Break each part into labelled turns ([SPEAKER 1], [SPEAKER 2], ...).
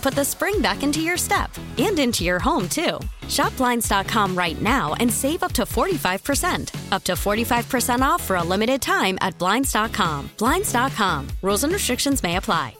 [SPEAKER 1] put the spring back into your step and into your home, too. Shop Blinds.com right now and save up to 45%. Up to 45% off for a limited time at Blinds.com. Blinds.com. Rules and restrictions may apply.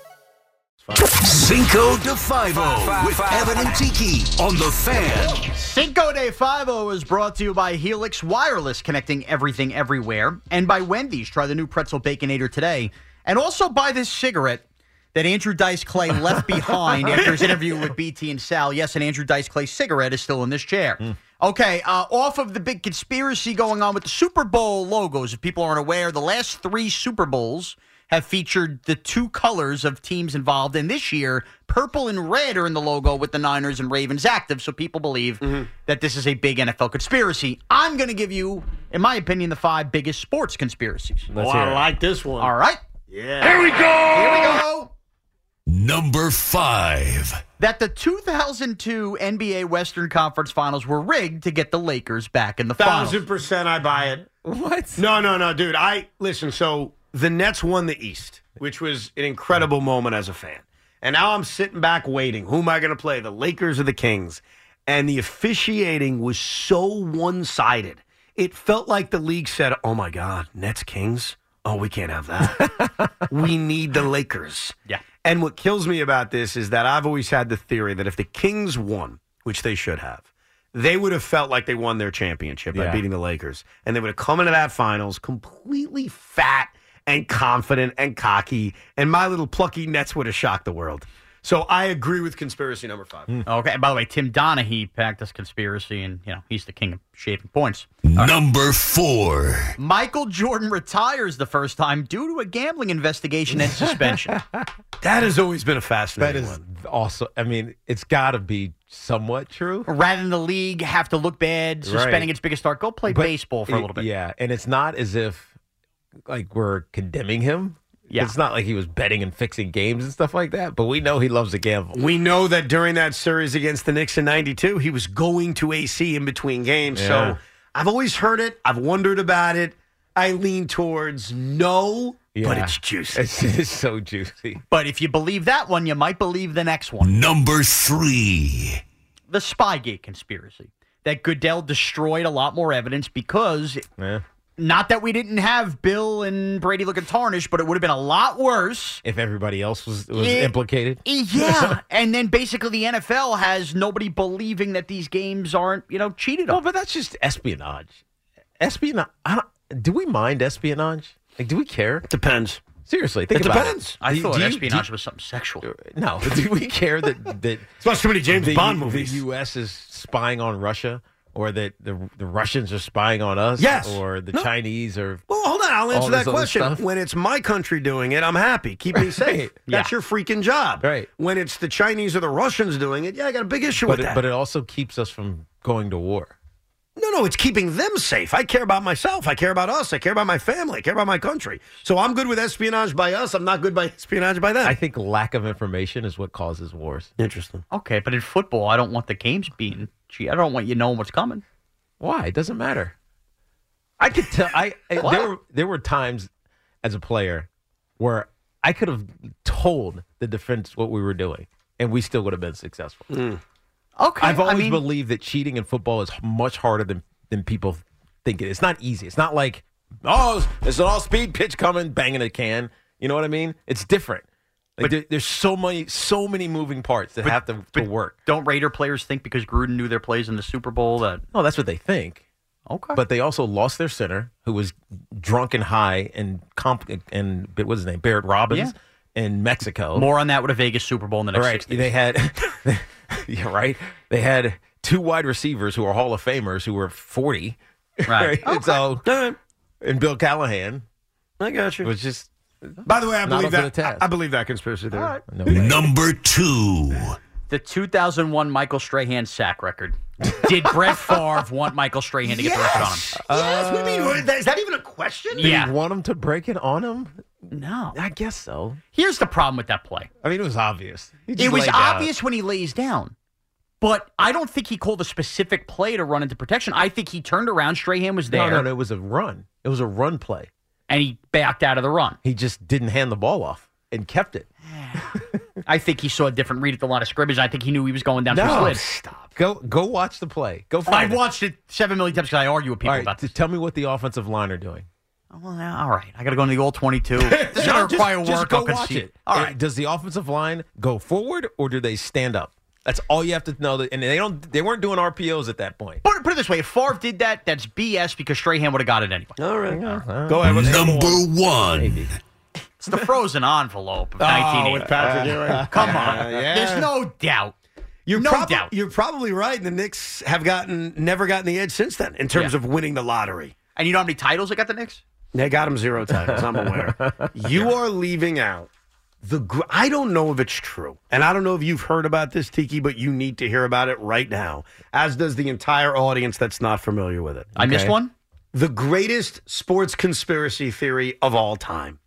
[SPEAKER 2] Cinco de Fivo with Evan and Tiki on the fan.
[SPEAKER 3] Cinco Day 5 is brought to you by Helix Wireless, connecting everything everywhere, and by Wendy's. Try the new pretzel baconator today, and also buy this cigarette that Andrew Dice Clay left behind after his interview with BT and Sal. Yes, an Andrew Dice Clay cigarette is still in this chair. Okay, uh, off of the big conspiracy going on with the Super Bowl logos. If people aren't aware, the last three Super Bowls have featured the two colors of teams involved, and this year, purple and red are in the logo with the Niners and Ravens active. So people believe
[SPEAKER 4] Mm-hmm.
[SPEAKER 3] that this is a big NFL conspiracy. I'm going to give you, in my opinion, the five biggest sports conspiracies.
[SPEAKER 4] Oh, I like this one.
[SPEAKER 3] All right,
[SPEAKER 4] Yeah.
[SPEAKER 3] here we go.
[SPEAKER 2] Number five.
[SPEAKER 3] that the 2002 NBA Western Conference Finals were rigged to get the Lakers back in the
[SPEAKER 4] Thousand
[SPEAKER 3] finals.
[SPEAKER 4] percent, I buy it. What? No, no, no, dude. I listen. So the Nets won the East, which was an incredible moment as a fan. And now I'm sitting back waiting. Who am I going to play? The Lakers or the Kings? And the officiating was so one sided. It felt like the league said, "Oh my God, Nets Kings." Oh, we can't have that. we need the Lakers.
[SPEAKER 3] Yeah.
[SPEAKER 4] And what kills me about this is that I've always had the theory that if the Kings won, which they should have, they would have felt like they won their championship by
[SPEAKER 5] Yeah.
[SPEAKER 4] beating the Lakers. And they would have come into that finals completely fat and confident and cocky. And my little plucky Nets would have shocked the world. So I agree with conspiracy number five.
[SPEAKER 5] Hmm.
[SPEAKER 3] Okay. And by the way, Tim Donaghy packed this conspiracy, and you know he's the king of shaving points.
[SPEAKER 2] Number four.
[SPEAKER 3] Michael Jordan retires the first time due to a gambling investigation and suspension.
[SPEAKER 4] That has always been a fascinating
[SPEAKER 5] That is
[SPEAKER 4] one.
[SPEAKER 5] also, I mean, it's got to be somewhat true.
[SPEAKER 3] Rather than the league have to look bad, suspending
[SPEAKER 5] Right.
[SPEAKER 3] its biggest star, go play
[SPEAKER 5] But
[SPEAKER 3] baseball for a
[SPEAKER 5] it-
[SPEAKER 3] little bit.
[SPEAKER 5] Yeah, and it's not as if like we're condemning him.
[SPEAKER 3] Yeah.
[SPEAKER 5] It's not like he was betting and fixing games and stuff like that, but we know he loves to gamble.
[SPEAKER 4] We know that during that series against the Knicks in 92, he was going to AC in between games.
[SPEAKER 5] Yeah.
[SPEAKER 4] So I've always heard it. I've wondered about it. I lean towards no, but
[SPEAKER 5] Yeah.
[SPEAKER 4] it's juicy.
[SPEAKER 5] It's, it's so juicy.
[SPEAKER 3] But if you believe that one, you might believe the next one.
[SPEAKER 2] Number three.
[SPEAKER 3] The Spygate conspiracy. That Goodell destroyed a lot more evidence because
[SPEAKER 5] Yeah.
[SPEAKER 3] Not that we didn't have Bill and Brady looking tarnished, but it would have been a lot worse.
[SPEAKER 5] If everybody else was was
[SPEAKER 3] Yeah. E,
[SPEAKER 5] implicated.
[SPEAKER 3] Yeah. and then basically the NFL has nobody believing that these games aren't, you know, cheated
[SPEAKER 5] No,
[SPEAKER 3] on.
[SPEAKER 5] but that's just espionage. Espionage. I don't, do we mind espionage? Like, do we care?
[SPEAKER 4] Depends.
[SPEAKER 5] Seriously, think
[SPEAKER 4] It
[SPEAKER 5] about
[SPEAKER 4] depends.
[SPEAKER 5] it. Do- do you- do-
[SPEAKER 3] was something sexual.
[SPEAKER 5] no, do we care that that
[SPEAKER 4] It's not so many James
[SPEAKER 5] the,
[SPEAKER 4] Bond
[SPEAKER 5] the
[SPEAKER 4] movies.
[SPEAKER 5] U.S. is spying on Russia, or that the the Russians are spying on us,
[SPEAKER 4] Yes.
[SPEAKER 5] or the
[SPEAKER 4] No.
[SPEAKER 5] Chinese are.
[SPEAKER 4] well, hold on. I'll
[SPEAKER 5] All
[SPEAKER 4] answer
[SPEAKER 5] this
[SPEAKER 4] that
[SPEAKER 5] other
[SPEAKER 4] question.
[SPEAKER 5] stuff.
[SPEAKER 4] When it's my country doing it, I'm happy. Keep me safe.
[SPEAKER 5] Right.
[SPEAKER 4] That's your freaking job.
[SPEAKER 5] Right.
[SPEAKER 4] When it's the Chinese or the Russians doing it, yeah, I got a big issue
[SPEAKER 5] But
[SPEAKER 4] with
[SPEAKER 5] it,
[SPEAKER 4] that.
[SPEAKER 5] but it also keeps us from going to war.
[SPEAKER 4] No, no, it's keeping them safe. I care about myself. I care about us. I care about my family. I care about my country. So I'm good with espionage by us. I'm not good by espionage by them.
[SPEAKER 5] I think lack of information is what causes wars.
[SPEAKER 4] Interesting.
[SPEAKER 3] Okay, but in football, I don't want the games being cheated. I don't want you knowing what's coming.
[SPEAKER 5] Why? It doesn't matter. I could tell. I I- there were there were times as a player where I could have told the defense what we were doing, and we still would have been successful.
[SPEAKER 3] Okay.
[SPEAKER 5] I've always
[SPEAKER 3] I mean,
[SPEAKER 5] believed that cheating in football is much harder than than people think it is. It's not easy. It's not like oh, it's- it's an all speed pitch coming, banging a can. You know what I mean? It's different. Like there- there's so many so many moving parts that have to, to work.
[SPEAKER 3] don't Raider players think because Gruden knew their plays in the Super Bowl that
[SPEAKER 5] No, that's what they think.
[SPEAKER 3] okay?
[SPEAKER 5] But they also lost their center, who was drunk and high and comp and what was his name, Barrett Robbins, in Mexico.
[SPEAKER 3] more on that with a Vegas Super Bowl in the next
[SPEAKER 5] right?
[SPEAKER 3] six days.
[SPEAKER 5] They had, yeah, right. They had two wide receivers who are Hall of Famers who were forty,
[SPEAKER 3] Right.
[SPEAKER 5] And so, and Bill Callahan
[SPEAKER 4] I got you.
[SPEAKER 5] was just
[SPEAKER 4] By the way, I
[SPEAKER 5] Not
[SPEAKER 4] believe
[SPEAKER 5] up to the
[SPEAKER 4] that. I,
[SPEAKER 5] test.
[SPEAKER 4] I believe that conspiracy theory.
[SPEAKER 5] no.
[SPEAKER 2] Number two.
[SPEAKER 3] The 2001 Michael Strahan sack record. Did Brett Favre want Michael Strahan to get the record on him?
[SPEAKER 4] Yes. Uh, What do you mean? What- that- Is that even a question?
[SPEAKER 3] Yeah.
[SPEAKER 5] want him to break it on him?
[SPEAKER 3] No.
[SPEAKER 5] I guess so.
[SPEAKER 3] Here's the problem with that play.
[SPEAKER 5] I mean, it was obvious. He just
[SPEAKER 3] It was
[SPEAKER 5] laid down.
[SPEAKER 3] obvious when he lays down, but I don't think he called a specific play to run into protection. I think he turned around, Strahan was there,
[SPEAKER 5] No, no, no. It was a run. It was a run play.
[SPEAKER 3] and he backed out of the run.
[SPEAKER 5] He just didn't hand the ball off and kept it.
[SPEAKER 3] I think he saw a different read at the line of scrimmage. I think he knew he was going down for
[SPEAKER 5] No,
[SPEAKER 3] a slid.
[SPEAKER 5] stop. Go go watch the play. Go find
[SPEAKER 3] I've
[SPEAKER 5] it.
[SPEAKER 3] watched it seven million times because I argue with
[SPEAKER 5] All
[SPEAKER 3] people
[SPEAKER 5] right,
[SPEAKER 3] about
[SPEAKER 5] t-
[SPEAKER 3] this.
[SPEAKER 5] tell me what the offensive line are doing.
[SPEAKER 3] Well, yeah, all right. I got to go into the old 22. This is going to require
[SPEAKER 5] just,
[SPEAKER 3] work.
[SPEAKER 5] just go
[SPEAKER 3] I'll
[SPEAKER 5] watch
[SPEAKER 3] concede.
[SPEAKER 5] it.
[SPEAKER 3] All
[SPEAKER 5] Uh,
[SPEAKER 3] right.
[SPEAKER 5] Does the offensive line go forward or do they stand up? That's all you have to know. That, and they don't. They weren't doing RPOs at that point.
[SPEAKER 3] Put, put it this way: if Favre did that, that's BS because Strahan would have got it anyway.
[SPEAKER 4] All right. Go ahead. What's
[SPEAKER 2] Number one.
[SPEAKER 3] It's the frozen envelope of
[SPEAKER 4] Oh,
[SPEAKER 3] 1980.
[SPEAKER 4] with Patrick Ewing.
[SPEAKER 3] Come on,
[SPEAKER 4] yeah.
[SPEAKER 3] there's no doubt.
[SPEAKER 4] You're
[SPEAKER 3] No
[SPEAKER 4] prob-
[SPEAKER 3] doubt.
[SPEAKER 4] You're probably right. and The Knicks have gotten never gotten the edge since then in terms
[SPEAKER 3] Yeah.
[SPEAKER 4] of winning the lottery.
[SPEAKER 3] And you know how many titles they got the Knicks?
[SPEAKER 4] They got him zero titles. I'm aware. You are leaving out the. Gr- I don't know if it's true, and I don't know if you've heard about this, Tiki, but you need to hear about it right now, as does the entire audience that's not familiar with it.
[SPEAKER 3] I missed one.
[SPEAKER 4] the greatest sports conspiracy theory of all time,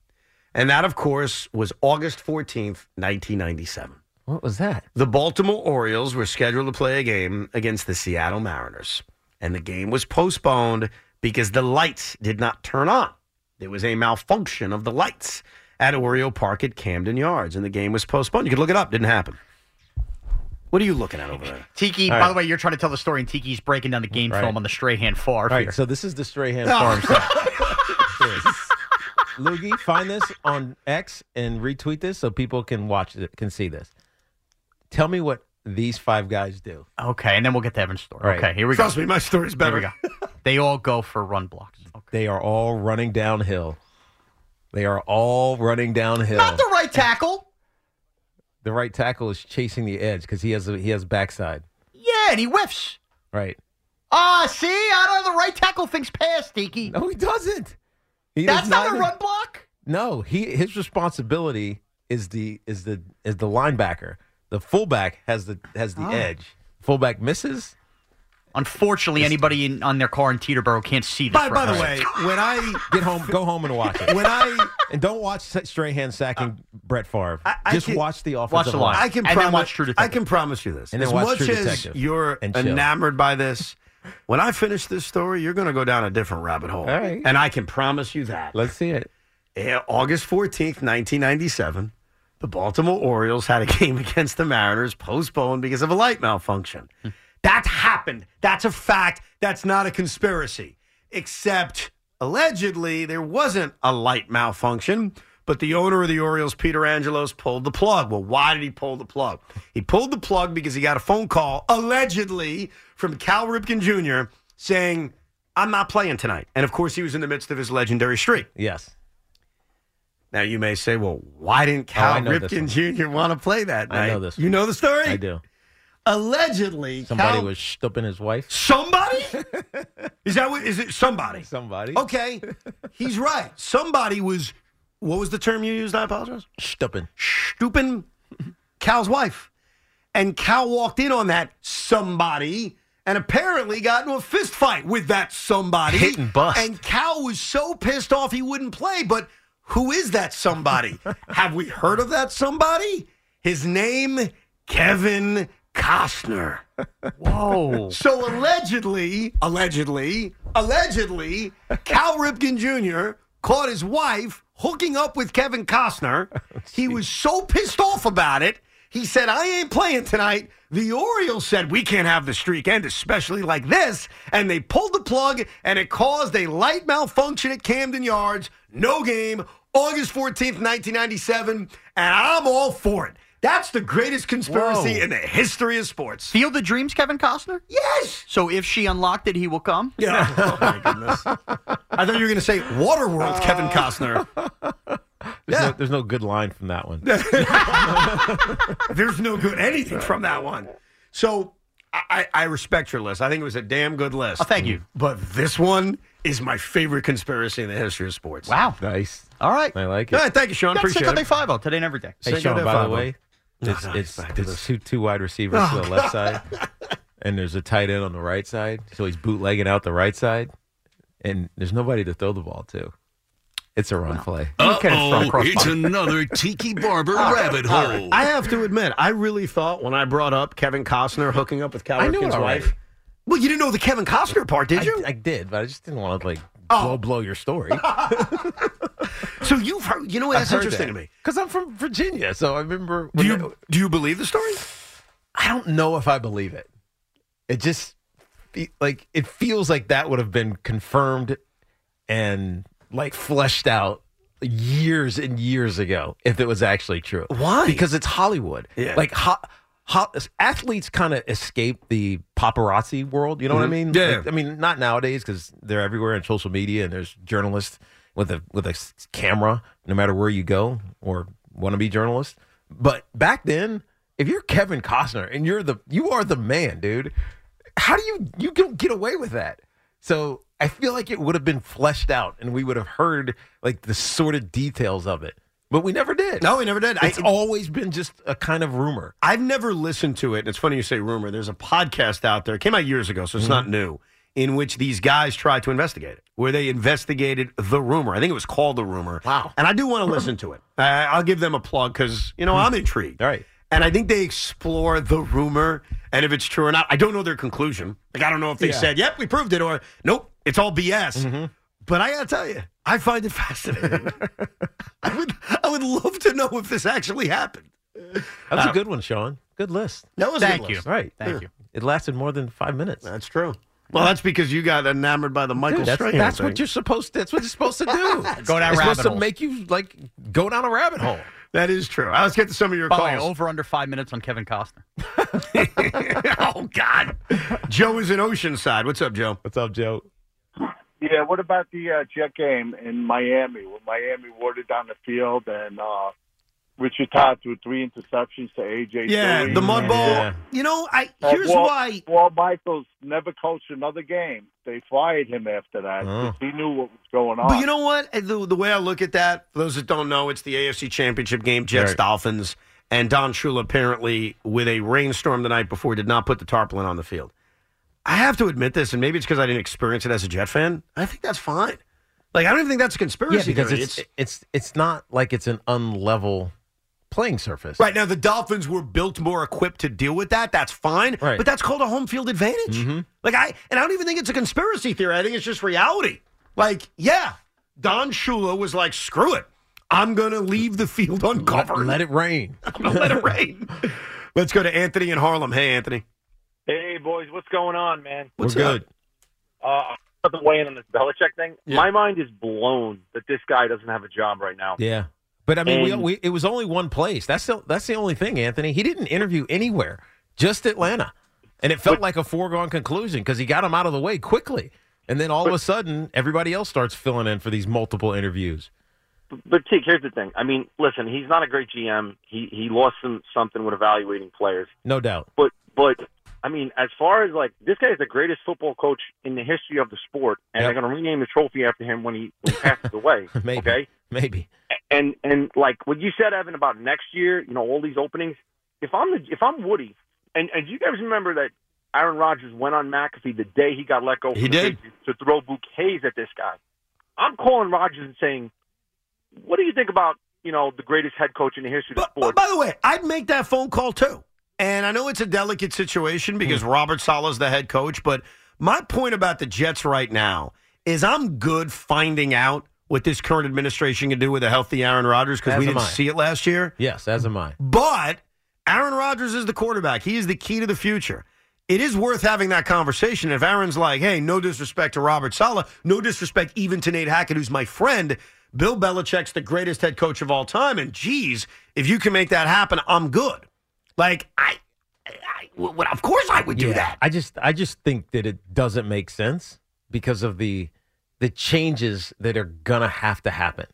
[SPEAKER 4] and that, of course, was August 14th, 1997.
[SPEAKER 5] What was that?
[SPEAKER 4] The Baltimore Orioles were scheduled to play a game against the Seattle Mariners, and the game was postponed because the lights did not turn on. There was a malfunction of the lights at Oriole Park at Camden Yards, and the game was postponed. You could look it up, didn't happen. What are you looking at over there?
[SPEAKER 3] Tiki, by the way, you're trying to tell the story, and Tiki's breaking down the game film on the Strahan Favre.
[SPEAKER 5] All
[SPEAKER 3] here.
[SPEAKER 5] right. So this is the Strahan
[SPEAKER 3] Ah.
[SPEAKER 5] farm stuff. Loogie, find this on X and retweet this so people can watch it, can see this. Tell me what these five guys do.
[SPEAKER 3] Okay, and then we'll get to Evan's story.
[SPEAKER 5] All right.
[SPEAKER 3] Okay, here we
[SPEAKER 4] Trust
[SPEAKER 3] go.
[SPEAKER 4] me, my story's
[SPEAKER 3] Here
[SPEAKER 4] better.
[SPEAKER 3] we go. they all go for run blocks.
[SPEAKER 5] They are all running downhill. They are all running downhill.
[SPEAKER 3] Not the right tackle.
[SPEAKER 5] the right tackle is chasing the edge because he has a, he has backside.
[SPEAKER 3] Yeah, and he whiffs.
[SPEAKER 5] Right?
[SPEAKER 3] Ah, see, I don't know. The right tackle thinks past, Tiki.
[SPEAKER 5] No, he doesn't. He
[SPEAKER 3] That's
[SPEAKER 5] does
[SPEAKER 3] not, a run block.
[SPEAKER 5] No, he his responsibility is the is the is the linebacker. The fullback has the has
[SPEAKER 4] Ah.
[SPEAKER 5] the edge. Fullback misses.
[SPEAKER 3] Unfortunately, anybody in, on their car in Teterboro can't see this.
[SPEAKER 4] By, by the way,
[SPEAKER 3] reference.
[SPEAKER 4] when I
[SPEAKER 5] Get home. Go home and watch it.
[SPEAKER 4] when I
[SPEAKER 5] and don't watch Strahan sacking Brett Favre.
[SPEAKER 4] I- I
[SPEAKER 5] Just
[SPEAKER 4] can-
[SPEAKER 5] watch the offensive
[SPEAKER 3] Watch the line.
[SPEAKER 4] I
[SPEAKER 3] And
[SPEAKER 4] can
[SPEAKER 3] then
[SPEAKER 4] promise,
[SPEAKER 3] watch True Detective.
[SPEAKER 4] I can promise you this.
[SPEAKER 5] And then
[SPEAKER 4] as
[SPEAKER 5] watch
[SPEAKER 4] much
[SPEAKER 5] True
[SPEAKER 4] as
[SPEAKER 5] Detective.
[SPEAKER 4] you're
[SPEAKER 5] And chill.
[SPEAKER 4] enamored by this, when I finish this story, you're going to go down a different rabbit hole.
[SPEAKER 5] All right.
[SPEAKER 4] And I can promise you that.
[SPEAKER 5] Let's see it.
[SPEAKER 4] Yeah, August 14th, 1997, the Baltimore Orioles had a game against the Mariners postponed because of a light malfunction. That happened. That's a fact. That's not a conspiracy. Except allegedly there wasn't a light malfunction, but the owner of the Orioles, Peter Angelos, pulled the plug. Well, why did he pull the plug? He pulled the plug because he got a phone call, allegedly, from Cal Ripken Jr. saying, I'm not playing tonight. And of course, he was in the midst of his legendary streak.
[SPEAKER 5] Yes.
[SPEAKER 4] Now you may say, "Well, why didn't Cal
[SPEAKER 5] Oh, I know this
[SPEAKER 4] Ripken Jr. want to play that night?"
[SPEAKER 5] I know this
[SPEAKER 4] You know the story.
[SPEAKER 5] I do.
[SPEAKER 4] Allegedly,
[SPEAKER 5] Somebody
[SPEAKER 4] Cal-
[SPEAKER 5] was stumping his wife.
[SPEAKER 4] somebody. is that what? Is it somebody?
[SPEAKER 5] Somebody.
[SPEAKER 4] Okay, he's right. Somebody was. What was the term you used? I apologize.
[SPEAKER 5] Stumping.
[SPEAKER 4] Stooping Cal's wife, and Cal walked in on that somebody. And apparently got into a fist fight with that somebody.
[SPEAKER 5] Hit and bust.
[SPEAKER 4] And Cal was so pissed off he wouldn't play, but who is that somebody? Have we heard of that somebody? His name, Kevin Costner.
[SPEAKER 3] Whoa.
[SPEAKER 4] So allegedly, allegedly, allegedly, Cal Ripken Jr. caught his wife hooking up with Kevin Costner. he was so pissed off about it. He said, I ain't playing tonight. The Orioles said, we can't have the streak end, especially like this. And they pulled the plug, and it caused a light malfunction at Camden Yards. No game, August 14th, 1997. And I'm all for it. That's the greatest conspiracy
[SPEAKER 3] Whoa.
[SPEAKER 4] in the history of sports.
[SPEAKER 3] Field of Dreams, Kevin Costner?
[SPEAKER 4] Yes!
[SPEAKER 3] So if she unlocked it, he will come?
[SPEAKER 4] Yeah. oh my goodness. I thought you were going to say Waterworld, Kevin Costner.
[SPEAKER 5] There's, no, there's no good line from that one.
[SPEAKER 4] There's no good anything from that one. So I, I I respect your list. I think it was a damn good list.
[SPEAKER 3] Oh, thank you.
[SPEAKER 4] But this one is my favorite conspiracy in the history of sports.
[SPEAKER 3] Wow.
[SPEAKER 5] Nice.
[SPEAKER 3] All right.
[SPEAKER 5] I like
[SPEAKER 4] All
[SPEAKER 5] it.
[SPEAKER 4] right, thank you, Sean.
[SPEAKER 3] That's
[SPEAKER 4] Appreciate
[SPEAKER 3] Cinco de
[SPEAKER 4] it.
[SPEAKER 3] Five-O, today and every day.
[SPEAKER 5] Hey,
[SPEAKER 4] Cinco de
[SPEAKER 5] Sean, by the
[SPEAKER 4] Five-O.
[SPEAKER 5] way, it's,
[SPEAKER 4] no,
[SPEAKER 5] it's,
[SPEAKER 4] back to
[SPEAKER 5] it's two, two wide receivers to the left side, and there's a tight end on the right side. So he's bootlegging out the right side, and there's nobody to throw the ball to. It's a run play.
[SPEAKER 2] Uh-oh, it's another Tiki Barber rabbit hole.
[SPEAKER 4] I have to admit, I really thought when I brought up Kevin Costner hooking up with Cal
[SPEAKER 5] I knew it
[SPEAKER 4] Ripken's
[SPEAKER 5] already.
[SPEAKER 4] wife. Well, you didn't know the Kevin Costner part, did
[SPEAKER 5] I,
[SPEAKER 4] you?
[SPEAKER 5] I did, but I just didn't want to like
[SPEAKER 4] Oh.
[SPEAKER 5] blow blow your story.
[SPEAKER 4] so you've heard, you know what? That's interesting to me.
[SPEAKER 5] because I'm from Virginia, so I remember.
[SPEAKER 4] Do
[SPEAKER 5] When that-
[SPEAKER 4] you, do you believe the story?
[SPEAKER 5] I don't know if I believe it. It just fe- like it feels like that would have been confirmed and like fleshed out years and years ago if it was actually true.
[SPEAKER 4] Why?
[SPEAKER 5] Because it's Hollywood.
[SPEAKER 4] Yeah.
[SPEAKER 5] Like ho- ho- athletes kind of escape the paparazzi world. You know what I mean?
[SPEAKER 4] Mm-hmm. Yeah.
[SPEAKER 5] Like, I mean, not nowadays because they're everywhere on social media and there's journalists with a with a s- camera no matter where you go or want to be journalist. But back then, if you're Kevin Costner and you're the you are the man, dude. How do you you don't get away with that? So I feel like it would have been fleshed out and we would have heard like the sort of details of it, but we never did.
[SPEAKER 4] No, we never did. I-
[SPEAKER 5] It's always been just a kind of rumor.
[SPEAKER 4] I've never listened to it. And it's funny you say rumor. There's a podcast out there. It came out years ago, so it's
[SPEAKER 5] Mm-hmm.
[SPEAKER 4] not new. In which these guys tried to investigate it, where they investigated the rumor. I think it was called the rumor.
[SPEAKER 5] Wow.
[SPEAKER 4] And I do want to listen to it. I, I'll give them a plug because you know I'm intrigued.
[SPEAKER 5] Hmm. All right.
[SPEAKER 4] And I think they explore the rumor and if it's true or not. I don't know their conclusion. Like I don't know if they said, "Yep, we proved it," or "Nope, it's all BS."
[SPEAKER 5] Mm-hmm.
[SPEAKER 4] But I gotta tell you, I find it fascinating. I would, I would love to know if this actually happened.
[SPEAKER 5] That was a good one, Sean. Good list.
[SPEAKER 4] Oh. That was a good
[SPEAKER 3] Thank you.
[SPEAKER 4] list.
[SPEAKER 5] All right.
[SPEAKER 3] Thank you.
[SPEAKER 5] It lasted more than five minutes.
[SPEAKER 4] That's true. Well, that's because you got enamored by the Michael
[SPEAKER 5] Dude, that's
[SPEAKER 4] Strahan
[SPEAKER 5] that's
[SPEAKER 4] thing.
[SPEAKER 5] what you're supposed. That's what you're supposed to do.
[SPEAKER 3] Go down
[SPEAKER 5] it's
[SPEAKER 3] rabbit
[SPEAKER 5] supposed
[SPEAKER 3] hole.
[SPEAKER 5] to make you like go down a rabbit hole.
[SPEAKER 4] That is true. I was getting some of your
[SPEAKER 3] By the way,
[SPEAKER 4] calls.
[SPEAKER 3] over under five minutes on Kevin Costner.
[SPEAKER 4] oh God, Joe is in Oceanside. What's up, Joe?
[SPEAKER 5] What's up, Joe?
[SPEAKER 6] Yeah, what about the uh, Jet game in Miami when Miami warded down the field and uh, Richard Todd threw three interceptions to AJ?
[SPEAKER 4] Yeah,
[SPEAKER 6] Dillon.
[SPEAKER 4] the mud ball.
[SPEAKER 5] Yeah.
[SPEAKER 4] You know, I
[SPEAKER 6] Uh,
[SPEAKER 4] here's
[SPEAKER 6] Walt,
[SPEAKER 4] why.
[SPEAKER 6] Walt Michaels never coached another game. They fired him after
[SPEAKER 5] Oh.
[SPEAKER 6] that because he knew what was going on.
[SPEAKER 4] But you know what? The, the way I look at that, for those that don't know, it's the AFC Championship game, Jets
[SPEAKER 5] Right.
[SPEAKER 4] Dolphins, and Don Shula apparently with a rainstorm the night before did not put the tarpaulin on the field. I have to admit this, and maybe it's because I didn't experience it as a Jet fan. I think that's fine. Like I don't even think that's a conspiracy.
[SPEAKER 5] Yeah, because
[SPEAKER 4] theory.
[SPEAKER 5] it's it's it's not like it's an unlevel playing surface.
[SPEAKER 4] Right now, the Dolphins were built more equipped to deal with that. That's fine,
[SPEAKER 5] Right. Mm-hmm.
[SPEAKER 4] but that's called a home field advantage. Like I, and I don't even think it's a conspiracy theory. I think it's just reality. Like, yeah, Don Shula was like, "Screw it, I'm going to leave the field
[SPEAKER 5] Let,
[SPEAKER 4] uncovered.
[SPEAKER 5] let it rain.
[SPEAKER 4] I'm gonna let it rain." Let's go to Anthony in Harlem. Hey, Anthony,
[SPEAKER 6] hey boys, what's going on, man?
[SPEAKER 4] what's
[SPEAKER 5] We're
[SPEAKER 4] up?
[SPEAKER 5] good.
[SPEAKER 6] Uh, I've been weighing on this Belichick thing. My mind is blown that this guy doesn't have a job right now.
[SPEAKER 5] Yeah, but I mean,
[SPEAKER 6] And-
[SPEAKER 5] we, we it was only one place. That's the that's the only thing, Anthony. He didn't interview anywhere, just Atlanta, and it felt like a foregone conclusion because he got him out of the way quickly, and then all of a sudden, everybody else starts filling in for these multiple interviews.
[SPEAKER 6] But Teague, here's the thing. I mean, listen, he's not a great GM. He he lost some something with evaluating players.
[SPEAKER 5] No doubt.
[SPEAKER 6] But but I mean, as far as like this guy is the greatest football coach in the history of the sport, and
[SPEAKER 5] Yep.
[SPEAKER 6] they're going to rename the trophy after him when he when he passes away.
[SPEAKER 5] Maybe.
[SPEAKER 6] Okay,
[SPEAKER 5] Maybe.
[SPEAKER 6] and and like what you said, Evan, about next year, you know, all these openings. If I'm the, if I'm Woody, and and do you guys remember that Aaron Rodgers went on McAfee the day he got let go?
[SPEAKER 4] He
[SPEAKER 6] from the
[SPEAKER 4] did.
[SPEAKER 6] Patriots to throw bouquets at this guy. I'm calling Rodgers and saying, "What do you think about you know the greatest head coach in the history of
[SPEAKER 4] But,
[SPEAKER 6] the sport?"
[SPEAKER 4] but by the way, I'd make that phone call too. And I know it's a delicate situation because
[SPEAKER 5] Hmm.
[SPEAKER 4] Robert Sala's the head coach, but my point about the Jets right now is I'm good finding out what this current administration can do with a healthy Aaron Rodgers because
[SPEAKER 5] As
[SPEAKER 4] we
[SPEAKER 5] am
[SPEAKER 4] didn't
[SPEAKER 5] I.
[SPEAKER 4] see it last year.
[SPEAKER 5] Yes, as am I.
[SPEAKER 4] But Aaron Rodgers is the quarterback. He is the key to the future. It is worth having that conversation. If Aaron's like, hey, no disrespect to Robert Sala, no disrespect even to Nate Hackett, who's my friend, Bill Belichick's the greatest head coach of all time. And geez, if you can make that happen, I'm good. Like, I, I, I- well, of course I would do
[SPEAKER 5] Yeah,
[SPEAKER 4] that.
[SPEAKER 5] I just I just think that it doesn't make sense because of the the changes that are gonna have to happen.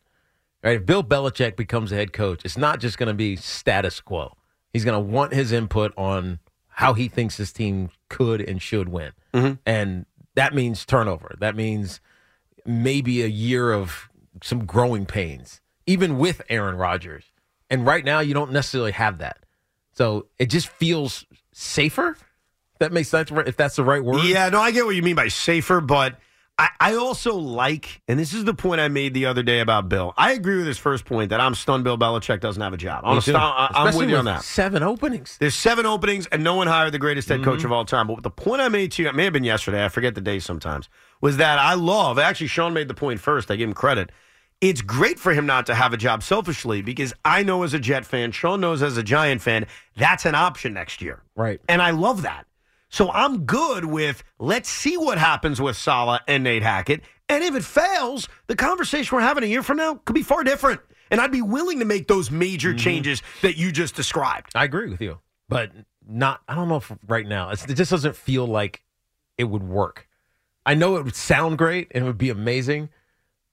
[SPEAKER 5] Right? If Bill Belichick becomes a head coach, it's not just gonna be status quo. He's gonna want his input on how he thinks his team could and should win.
[SPEAKER 4] Mm-hmm.
[SPEAKER 5] And that means turnover. That means maybe a year of some growing pains, even with Aaron Rodgers. And right now, you don't necessarily have that. So it just feels safer. If That makes sense if that's the right word.
[SPEAKER 4] Yeah, no, I get what you mean by safer, but I, I also like, and this is the point I made the other day about Bill. I agree with his first point that I'm stunned Bill Belichick doesn't have a job. I'm,
[SPEAKER 5] Me
[SPEAKER 4] stu-
[SPEAKER 5] too.
[SPEAKER 4] I- I'm
[SPEAKER 5] Especially
[SPEAKER 4] with you on that.
[SPEAKER 5] Seven openings.
[SPEAKER 4] There's seven openings, and no one hired the greatest head coach of all time. But the point I made to you, it may have been yesterday, I forget the day sometimes, was that I love, actually, Sean made the point first. I give him credit. It's great for him not to have a job selfishly because I know as a Jet fan, Sean knows as a Giant fan, that's an option next year.
[SPEAKER 5] Right.
[SPEAKER 4] And I love that. So I'm good with let's see what happens with Salah and Nate Hackett. And if it fails, the conversation we're having a year from now could be far different. And I'd be willing to make those major changes that you just described.
[SPEAKER 5] I agree with you, but not. I don't know if right now it's, it just doesn't feel like it would work. I know it would sound great and it would be amazing,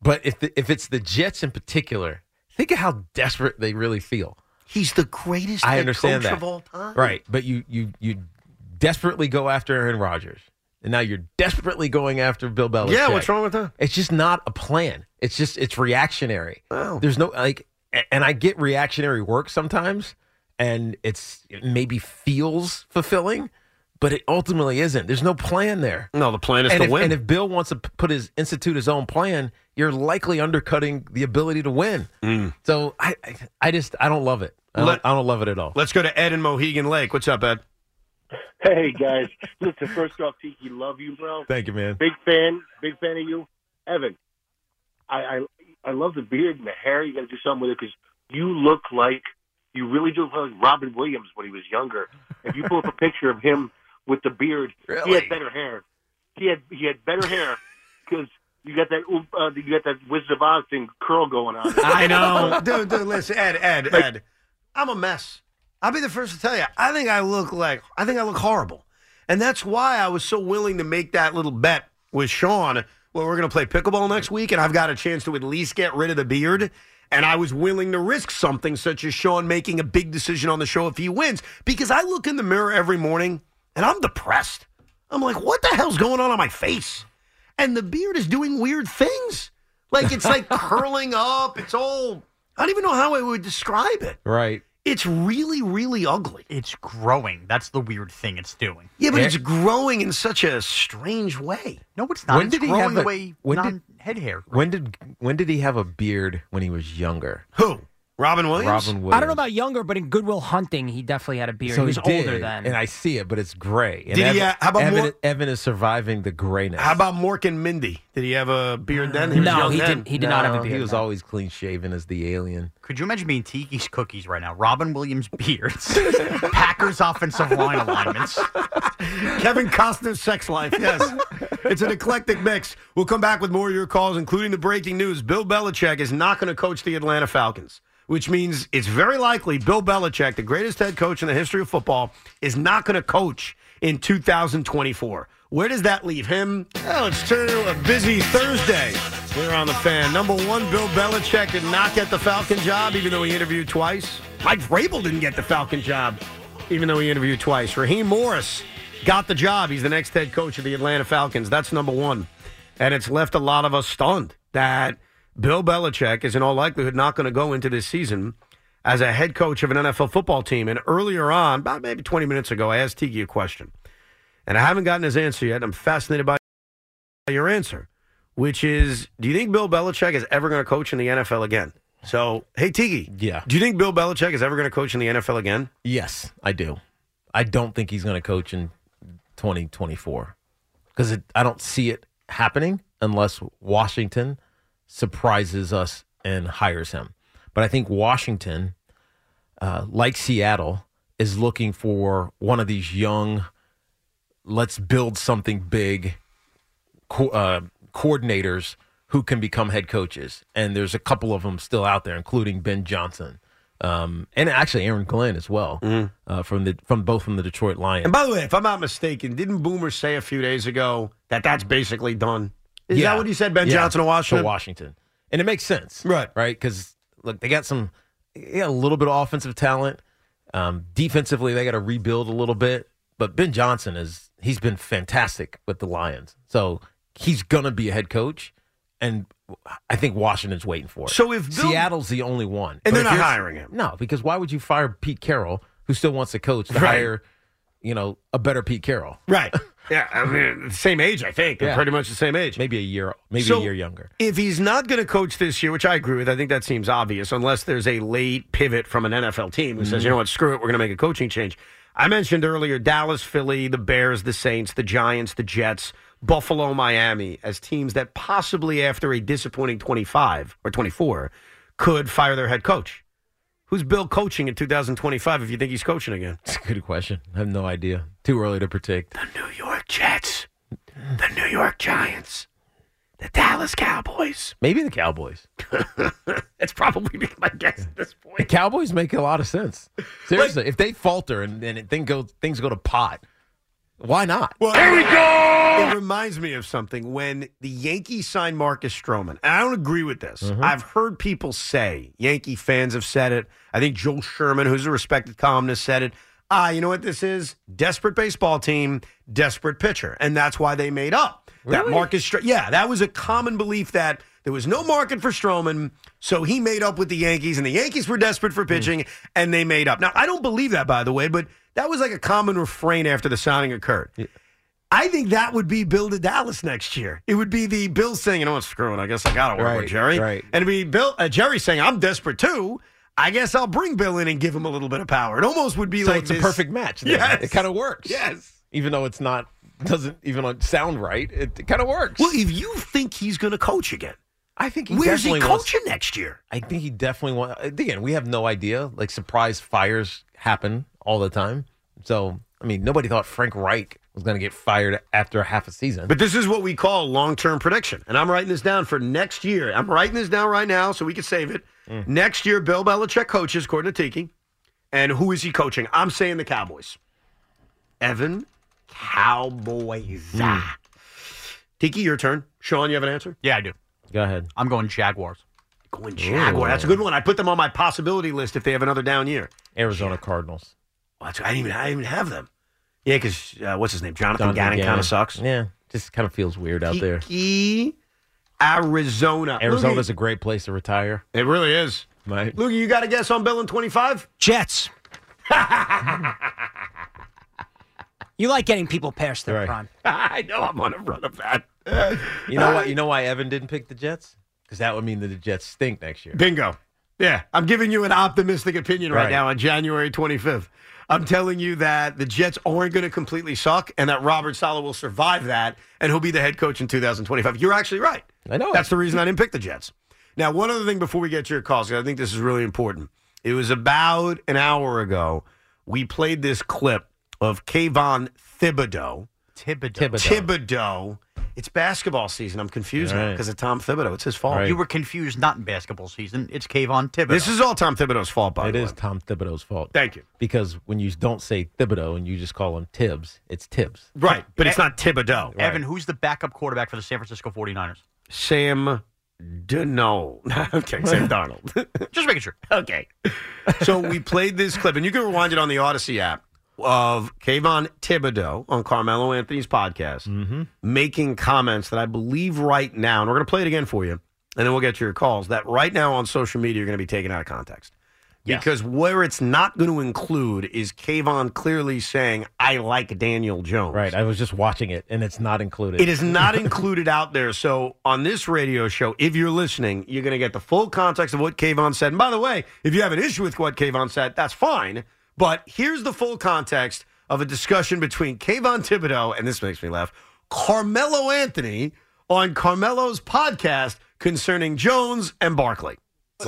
[SPEAKER 5] but if the, if it's the Jets in particular, think of how desperate they really feel.
[SPEAKER 4] He's the greatest
[SPEAKER 5] I
[SPEAKER 4] head
[SPEAKER 5] understand
[SPEAKER 4] coach
[SPEAKER 5] that.
[SPEAKER 4] of all time.
[SPEAKER 5] Right, but you you you desperately go after Aaron Rodgers, and now you're desperately going after Bill Belichick.
[SPEAKER 4] Yeah, what's wrong with that?
[SPEAKER 5] It's just not a plan. It's just it's reactionary.
[SPEAKER 4] Wow.
[SPEAKER 5] There's no like, a- and I get reactionary work sometimes, and it's it maybe feels fulfilling, but it ultimately isn't. There's no plan there.
[SPEAKER 4] No, the plan is
[SPEAKER 5] And
[SPEAKER 4] to
[SPEAKER 5] if,
[SPEAKER 4] win.
[SPEAKER 5] and if Bill wants to p- put his institute his own plan, you're likely undercutting the ability to win. So I, I, I just I don't love it. I don't,
[SPEAKER 4] Mm. Let-
[SPEAKER 5] I don't love it at all.
[SPEAKER 4] Let's go to Ed in Mohegan Lake. What's up, Ed?
[SPEAKER 7] Hey guys, listen. First off, Tiki, love you, bro.
[SPEAKER 5] Thank you, man.
[SPEAKER 7] Big fan, big fan of you, Evan. I I, I love the beard and the hair. You got to do something with it because you look like you really do look like Robin Williams when he was younger. If you pull up a picture of him with the beard, he
[SPEAKER 5] Really?
[SPEAKER 7] had better hair. He had he had better hair because you got that oop- uh, you got that Wizard of Oz thing curl going on.
[SPEAKER 4] I know. dude, dude, listen, Ed, Ed, Ed. I'm a mess. I'll be the first to tell you. I think I look like I think I look horrible. And that's why I was so willing to make that little bet with Sean where we're going to play pickleball next week and I've got a chance to at least get rid of the beard. And I was willing to risk something such as Sean making a big decision on the show if he wins because I look in the mirror every morning and I'm depressed. I'm like, what the hell's going on on my face? and the beard is doing weird things. Like it's like curling up. It's all I don't even know how I would describe it.
[SPEAKER 5] Right.
[SPEAKER 4] It's really, really ugly.
[SPEAKER 3] It's growing. That's the weird thing it's doing.
[SPEAKER 4] Yeah, but
[SPEAKER 5] Yeah.
[SPEAKER 8] Eh?
[SPEAKER 4] it's growing in such a strange way.
[SPEAKER 3] No, it's not.
[SPEAKER 5] When
[SPEAKER 3] it's
[SPEAKER 5] did he
[SPEAKER 3] growing
[SPEAKER 5] have
[SPEAKER 3] the
[SPEAKER 5] a-
[SPEAKER 3] way
[SPEAKER 5] when did-
[SPEAKER 3] non head hair.
[SPEAKER 5] When did when did he have a beard when he was younger?
[SPEAKER 4] Who? Robin Williams?
[SPEAKER 5] Robin Williams.
[SPEAKER 8] I don't know about younger, but in Goodwill Hunting, he definitely had a beard.
[SPEAKER 5] So
[SPEAKER 8] he was
[SPEAKER 5] did,
[SPEAKER 8] older then.
[SPEAKER 5] and I see it, but it's gray. And
[SPEAKER 4] Did
[SPEAKER 5] Evan,
[SPEAKER 4] he, uh, how about
[SPEAKER 5] Evan,
[SPEAKER 4] more-
[SPEAKER 5] Evan is surviving the grayness?
[SPEAKER 4] How about Mork and Mindy? Did he have a beard then? was
[SPEAKER 8] no,
[SPEAKER 4] young
[SPEAKER 8] he
[SPEAKER 4] then.
[SPEAKER 8] didn't. He did not have a
[SPEAKER 5] No,
[SPEAKER 8] beard.
[SPEAKER 5] He was
[SPEAKER 8] then.
[SPEAKER 5] always clean shaven as the alien.
[SPEAKER 3] Could you imagine being Tiki's cookies right now? Robin Williams beards, Packers offensive line alignments.
[SPEAKER 4] Kevin Costner's sex life. Yes. it's an eclectic mix. We'll come back with more of your calls, including the breaking news. Bill Belichick is not going to coach the Atlanta Falcons, which means it's very likely Bill Belichick, the greatest head coach in the history of football, is not going to coach in 2024. Where does that leave him? Well, it's turning into a busy Thursday. We're on the fan. Number one, Bill Belichick did not get the Falcon job, even though he interviewed twice. Mike Vrabel didn't get the Falcon job, even though he interviewed twice. Raheem Morris got the job. He's the next head coach of the Atlanta Falcons. That's number one. And it's left a lot of us stunned that Bill Belichick is in all likelihood not going to go into this season as a head coach of an NFL football team. And earlier on, about maybe 20 minutes ago, I asked Tiki a question. And I haven't gotten his answer yet. I'm fascinated by your answer, which is do you think Bill Belichick is ever going to coach in the NFL again? So, hey, Tiki.
[SPEAKER 5] Yeah.
[SPEAKER 4] Do you think Bill Belichick is ever going to coach in the NFL again?
[SPEAKER 5] Yes, I do. I don't think he's going to coach in 2024 because I don't see it happening unless Washington surprises us and hires him. But I think Washington, uh, like Seattle, is looking for one of these young, let's build something big co- uh, coordinators who can become head coaches. And there's a couple of them still out there, including Ben Johnson. Um, and actually, Aaron Glenn as well uh, from the from both from the Detroit Lions.
[SPEAKER 4] And by the way, if I'm not mistaken, didn't Boomer say a few days ago that that's basically done? Is
[SPEAKER 5] Yeah.
[SPEAKER 4] that what he said, Ben
[SPEAKER 5] Yeah,
[SPEAKER 4] Johnson of Washington?
[SPEAKER 5] To Washington. And it makes sense. Right. Right? Because, look, they got some, yeah, a little bit of offensive talent. Um, defensively, they got to rebuild a little bit. But Ben Johnson is, he's been fantastic with the Lions. So he's going to be a head coach. And I think Washington's waiting for it.
[SPEAKER 4] So if Bill-
[SPEAKER 5] Seattle's the only one.
[SPEAKER 4] And
[SPEAKER 5] But
[SPEAKER 4] they're
[SPEAKER 5] if
[SPEAKER 4] not
[SPEAKER 5] you're-
[SPEAKER 4] hiring him.
[SPEAKER 5] No, because why would you fire Pete Carroll, who still wants to coach, to
[SPEAKER 4] Right.
[SPEAKER 5] hire, you know, a better Pete Carroll?
[SPEAKER 4] Right. Yeah, I mean, same age, I think. They're
[SPEAKER 5] Yeah.
[SPEAKER 4] pretty much the same age.
[SPEAKER 5] Maybe a year, maybe
[SPEAKER 4] So-
[SPEAKER 5] a year younger.
[SPEAKER 4] If he's not going to coach this year, which I agree with, I think that seems obvious, unless there's a late pivot from an NFL team who says, you know what, screw it, we're going to make a coaching change. I mentioned earlier Dallas, Philly, the Bears, the Saints, the Giants, the Jets, Buffalo, Miami as teams that possibly after a disappointing 25 or 24 could fire their head coach. Who's Bill coaching in 2025 if you think he's coaching again?
[SPEAKER 5] It's a good question. I have no idea. Too early to predict.
[SPEAKER 4] New York Jets, the New York Giants, the Dallas Cowboys.
[SPEAKER 5] Maybe the Cowboys.
[SPEAKER 4] That's probably my guess at this point.
[SPEAKER 5] The Cowboys make a lot of sense. Seriously, if they falter and, and thing go, things go to pot, why not?
[SPEAKER 4] Well, here we go. It reminds me of something when the Yankees signed Marcus Stroman. And I don't agree with this. I've heard people say, Yankee fans have said it. I think Joel Sherman, who's a respected columnist, said it. Ah, you know what this is? Desperate baseball team, desperate pitcher. And that's why they made up that Marcus Str- Yeah, that was a common belief that there was no market for Stroman, so he made up with the Yankees, and the Yankees were desperate for pitching, and they made up. Now, I don't believe that, by the way, but that was like a common refrain after the signing occurred. I think that would be Bill to Dallas next year. It would be the Bill saying, "You know what? Screw it. I guess I got to work
[SPEAKER 5] Right,
[SPEAKER 4] with Jerry."
[SPEAKER 5] right.
[SPEAKER 4] And it'd be Bill uh, Jerry saying, "I'm desperate too. I guess I'll bring Bill in and give him a little bit of power." It almost would be
[SPEAKER 5] So
[SPEAKER 4] like
[SPEAKER 5] it's
[SPEAKER 4] this-
[SPEAKER 5] a perfect match. then.
[SPEAKER 4] Yes.
[SPEAKER 5] It kind of works.
[SPEAKER 4] Yes.
[SPEAKER 5] Even though it's not, doesn't even sound right, it, kind of works.
[SPEAKER 4] Well, if you think he's going to coach again,
[SPEAKER 5] I think
[SPEAKER 4] where's he
[SPEAKER 5] definitely
[SPEAKER 4] coaching
[SPEAKER 5] wants-
[SPEAKER 4] next year?
[SPEAKER 5] I think he definitely wants, again, we have no idea. Like surprise fires happen all the time. So, I mean, nobody thought Frank Reich was going to get fired after half a season.
[SPEAKER 4] But this is what we call long term prediction. And I'm writing this down for next year. I'm writing this down right now so we can save it.
[SPEAKER 5] Mm.
[SPEAKER 4] Next year, Bill Belichick coaches, according to Tiki. And who is he coaching? I'm saying the Cowboys. Evan Cowboys.
[SPEAKER 5] Mm.
[SPEAKER 4] Tiki, your turn. Sean, you have an answer?
[SPEAKER 3] Yeah, I do.
[SPEAKER 5] Go ahead.
[SPEAKER 3] I'm going Jaguars.
[SPEAKER 4] Going Jaguar. That's a good one. I put them on my possibility list if they have another down year.
[SPEAKER 5] Arizona Cardinals.
[SPEAKER 4] Well, that's- I didn't even I didn't even have them. Yeah, because uh, what's his name? Jonathan, Gannon kind of sucks.
[SPEAKER 5] Yeah, just kind of feels weird out there.
[SPEAKER 4] Tiki, Arizona.
[SPEAKER 5] Arizona's a great place to retire,
[SPEAKER 4] It really is.
[SPEAKER 5] right?
[SPEAKER 4] Luke, you got a guess on Bill in 25?
[SPEAKER 8] Jets. you like getting people past their
[SPEAKER 5] Right.
[SPEAKER 8] prime.
[SPEAKER 4] I know I'm on a run of that. Uh,
[SPEAKER 5] You know what? You know why Evan didn't pick the Jets? Because that would mean that the Jets stink next year.
[SPEAKER 4] Bingo. Yeah, I'm giving you an optimistic opinion right,
[SPEAKER 5] Right.
[SPEAKER 4] now on January 25th. I'm telling you that the Jets aren't going to completely suck and that Robert Sala will survive that and he'll be the head coach in 2025. You're actually right.
[SPEAKER 5] I know it.
[SPEAKER 4] That's the reason I didn't pick the Jets. Now, one other thing before we get to your calls, 'cause I think this is really important. It was about an hour ago. We played this clip of Kayvon Thibodeau.
[SPEAKER 3] Thibodeau.
[SPEAKER 5] Thibodeau.
[SPEAKER 4] Thibodeau. It's basketball season. I'm confused
[SPEAKER 5] All
[SPEAKER 4] now
[SPEAKER 5] right.
[SPEAKER 4] because of Tom Thibodeau. It's his fault.
[SPEAKER 5] Right.
[SPEAKER 4] You
[SPEAKER 3] You
[SPEAKER 4] were-
[SPEAKER 3] were confused, not in basketball season. It's Kayvon Thibodeau.
[SPEAKER 4] this is all Tom Thibodeau's fault, by
[SPEAKER 5] It
[SPEAKER 4] the
[SPEAKER 5] is
[SPEAKER 4] way.
[SPEAKER 5] Tom Thibodeau's fault.
[SPEAKER 4] Thank you.
[SPEAKER 5] Because when you don't say Thibodeau and you just call him Tibbs, it's Tibbs.
[SPEAKER 4] Right, but it's not Thibodeau.
[SPEAKER 3] Evan, who's the backup quarterback for the San Francisco 49ers?
[SPEAKER 4] Sam Darnold. okay, Sam Darnold.
[SPEAKER 3] Just making sure.
[SPEAKER 4] okay. So we played this clip, and you can rewind it on the Odyssey app of Kayvon Thibodeau on Carmelo Anthony's podcast making comments that I believe right now, and we're going to play it again for you, and then we'll get to your calls, that right now on social media are going to be taken out of context. Because where it's not going to include is Kayvon clearly saying, I like Daniel Jones.
[SPEAKER 5] Right. I was just watching it and it's not included.
[SPEAKER 4] It is not included out there. So on this radio show, if you're listening, you're going to get the full context of what Kayvon said. And by the way, if you have an issue with what Kayvon said, that's fine. But here's the full context of a discussion between Kayvon Thibodeau, and this makes me laugh, Carmelo Anthony on Carmelo's podcast concerning Jones and Barkley.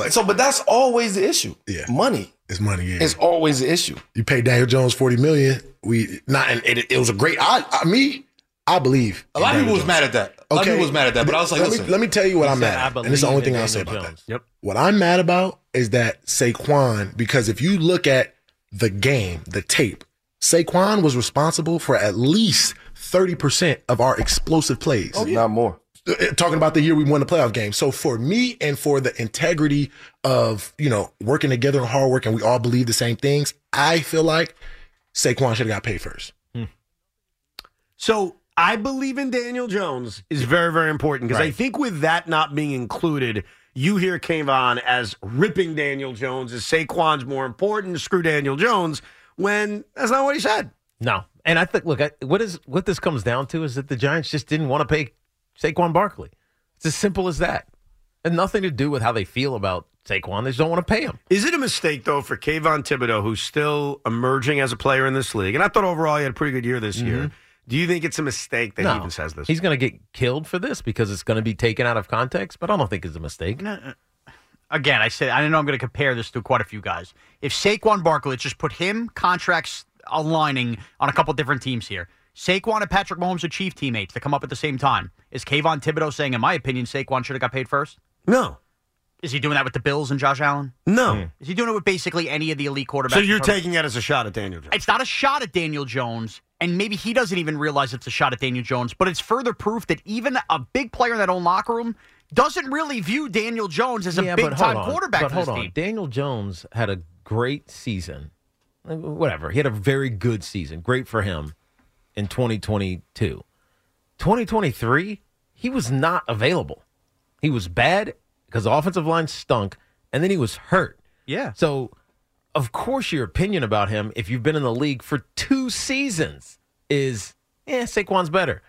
[SPEAKER 9] so, but that's always the issue.
[SPEAKER 10] Yeah.
[SPEAKER 9] Money.
[SPEAKER 10] It's money. Yeah.
[SPEAKER 9] It's always the issue.
[SPEAKER 10] you pay Daniel Jones forty million. We not, and it, it was a great. I, I me, I believe.
[SPEAKER 9] A lot of
[SPEAKER 10] in
[SPEAKER 9] people
[SPEAKER 10] Daniel
[SPEAKER 9] was
[SPEAKER 10] Jones.
[SPEAKER 9] mad at that. A lot of people was mad at that, but I was like,
[SPEAKER 10] let
[SPEAKER 9] listen.
[SPEAKER 10] me, let me tell you what
[SPEAKER 5] He
[SPEAKER 10] I'm
[SPEAKER 5] said,
[SPEAKER 10] mad
[SPEAKER 5] "I
[SPEAKER 10] at, and it's the
[SPEAKER 5] believe
[SPEAKER 10] only
[SPEAKER 5] in
[SPEAKER 10] thing I'll say
[SPEAKER 5] Daniel
[SPEAKER 10] about
[SPEAKER 5] Jones.
[SPEAKER 10] that.
[SPEAKER 5] Yep.
[SPEAKER 10] What I'm mad about is that Saquon, because if you look at the game, the tape, Saquon was responsible for at least 30% of our explosive plays.
[SPEAKER 9] If Oh, Not more.
[SPEAKER 10] Uh, Talking about the year we won the playoff game. So for me and for the integrity of, you know, working together and hard work and we all believe the same things, I feel like Saquon should have got paid first.
[SPEAKER 4] So I believe in Daniel Jones is very, very important because I
[SPEAKER 10] Right.
[SPEAKER 4] think with that not being included, you hear Kayvon as ripping Daniel Jones as Saquon's more important, screw Daniel Jones, when that's not what he said.
[SPEAKER 5] No, and I think look, I, what is what this comes down to is that the Giants just didn't want to pay Saquon Barkley. It's as simple as that, and nothing to do with how they feel about Saquon. They just don't want to pay him.
[SPEAKER 4] Is it a mistake though for Kayvon Thibodeau, who's still emerging as a player in this league? And I thought overall he had a pretty good year this year. Do you think it's a mistake that
[SPEAKER 5] no,
[SPEAKER 4] he even says this?
[SPEAKER 5] He's going to get killed for this because it's going to be taken out of context. But I don't think it's a mistake.
[SPEAKER 3] Again, I said I know I'm going to compare this to quite a few guys. If Saquon Barkley let's just put him contracts aligning on a couple different teams here. Saquon and Patrick Mahomes are chief teammates that come up at the same time. Is Kayvon Thibodeau saying, in my opinion, Saquon should have got paid first?
[SPEAKER 4] no,
[SPEAKER 3] Is he doing that with the Bills and Josh Allen?
[SPEAKER 4] no.
[SPEAKER 3] Is he doing it with basically any of the elite quarterbacks?
[SPEAKER 4] So you're
[SPEAKER 3] in terms-
[SPEAKER 4] taking that as a shot at Daniel Jones?
[SPEAKER 3] It's not a shot at Daniel Jones, and maybe he doesn't even realize it's a shot at Daniel Jones, but it's further proof that even a big player in that own locker room doesn't really view Daniel Jones as a
[SPEAKER 5] yeah,
[SPEAKER 3] big
[SPEAKER 5] but hold
[SPEAKER 3] time
[SPEAKER 5] on.
[SPEAKER 3] quarterback
[SPEAKER 5] But
[SPEAKER 3] for this
[SPEAKER 5] hold on,
[SPEAKER 3] team.
[SPEAKER 5] Daniel Jones had a great season. Uh, Whatever, he had a very good season. Great for him in 2022. 2023, he was not available. He was bad because the offensive line stunk, and then he was hurt.
[SPEAKER 3] Yeah.
[SPEAKER 5] So, of course, your opinion about him, if you've been in the league for two seasons, is eh, Saquon's better.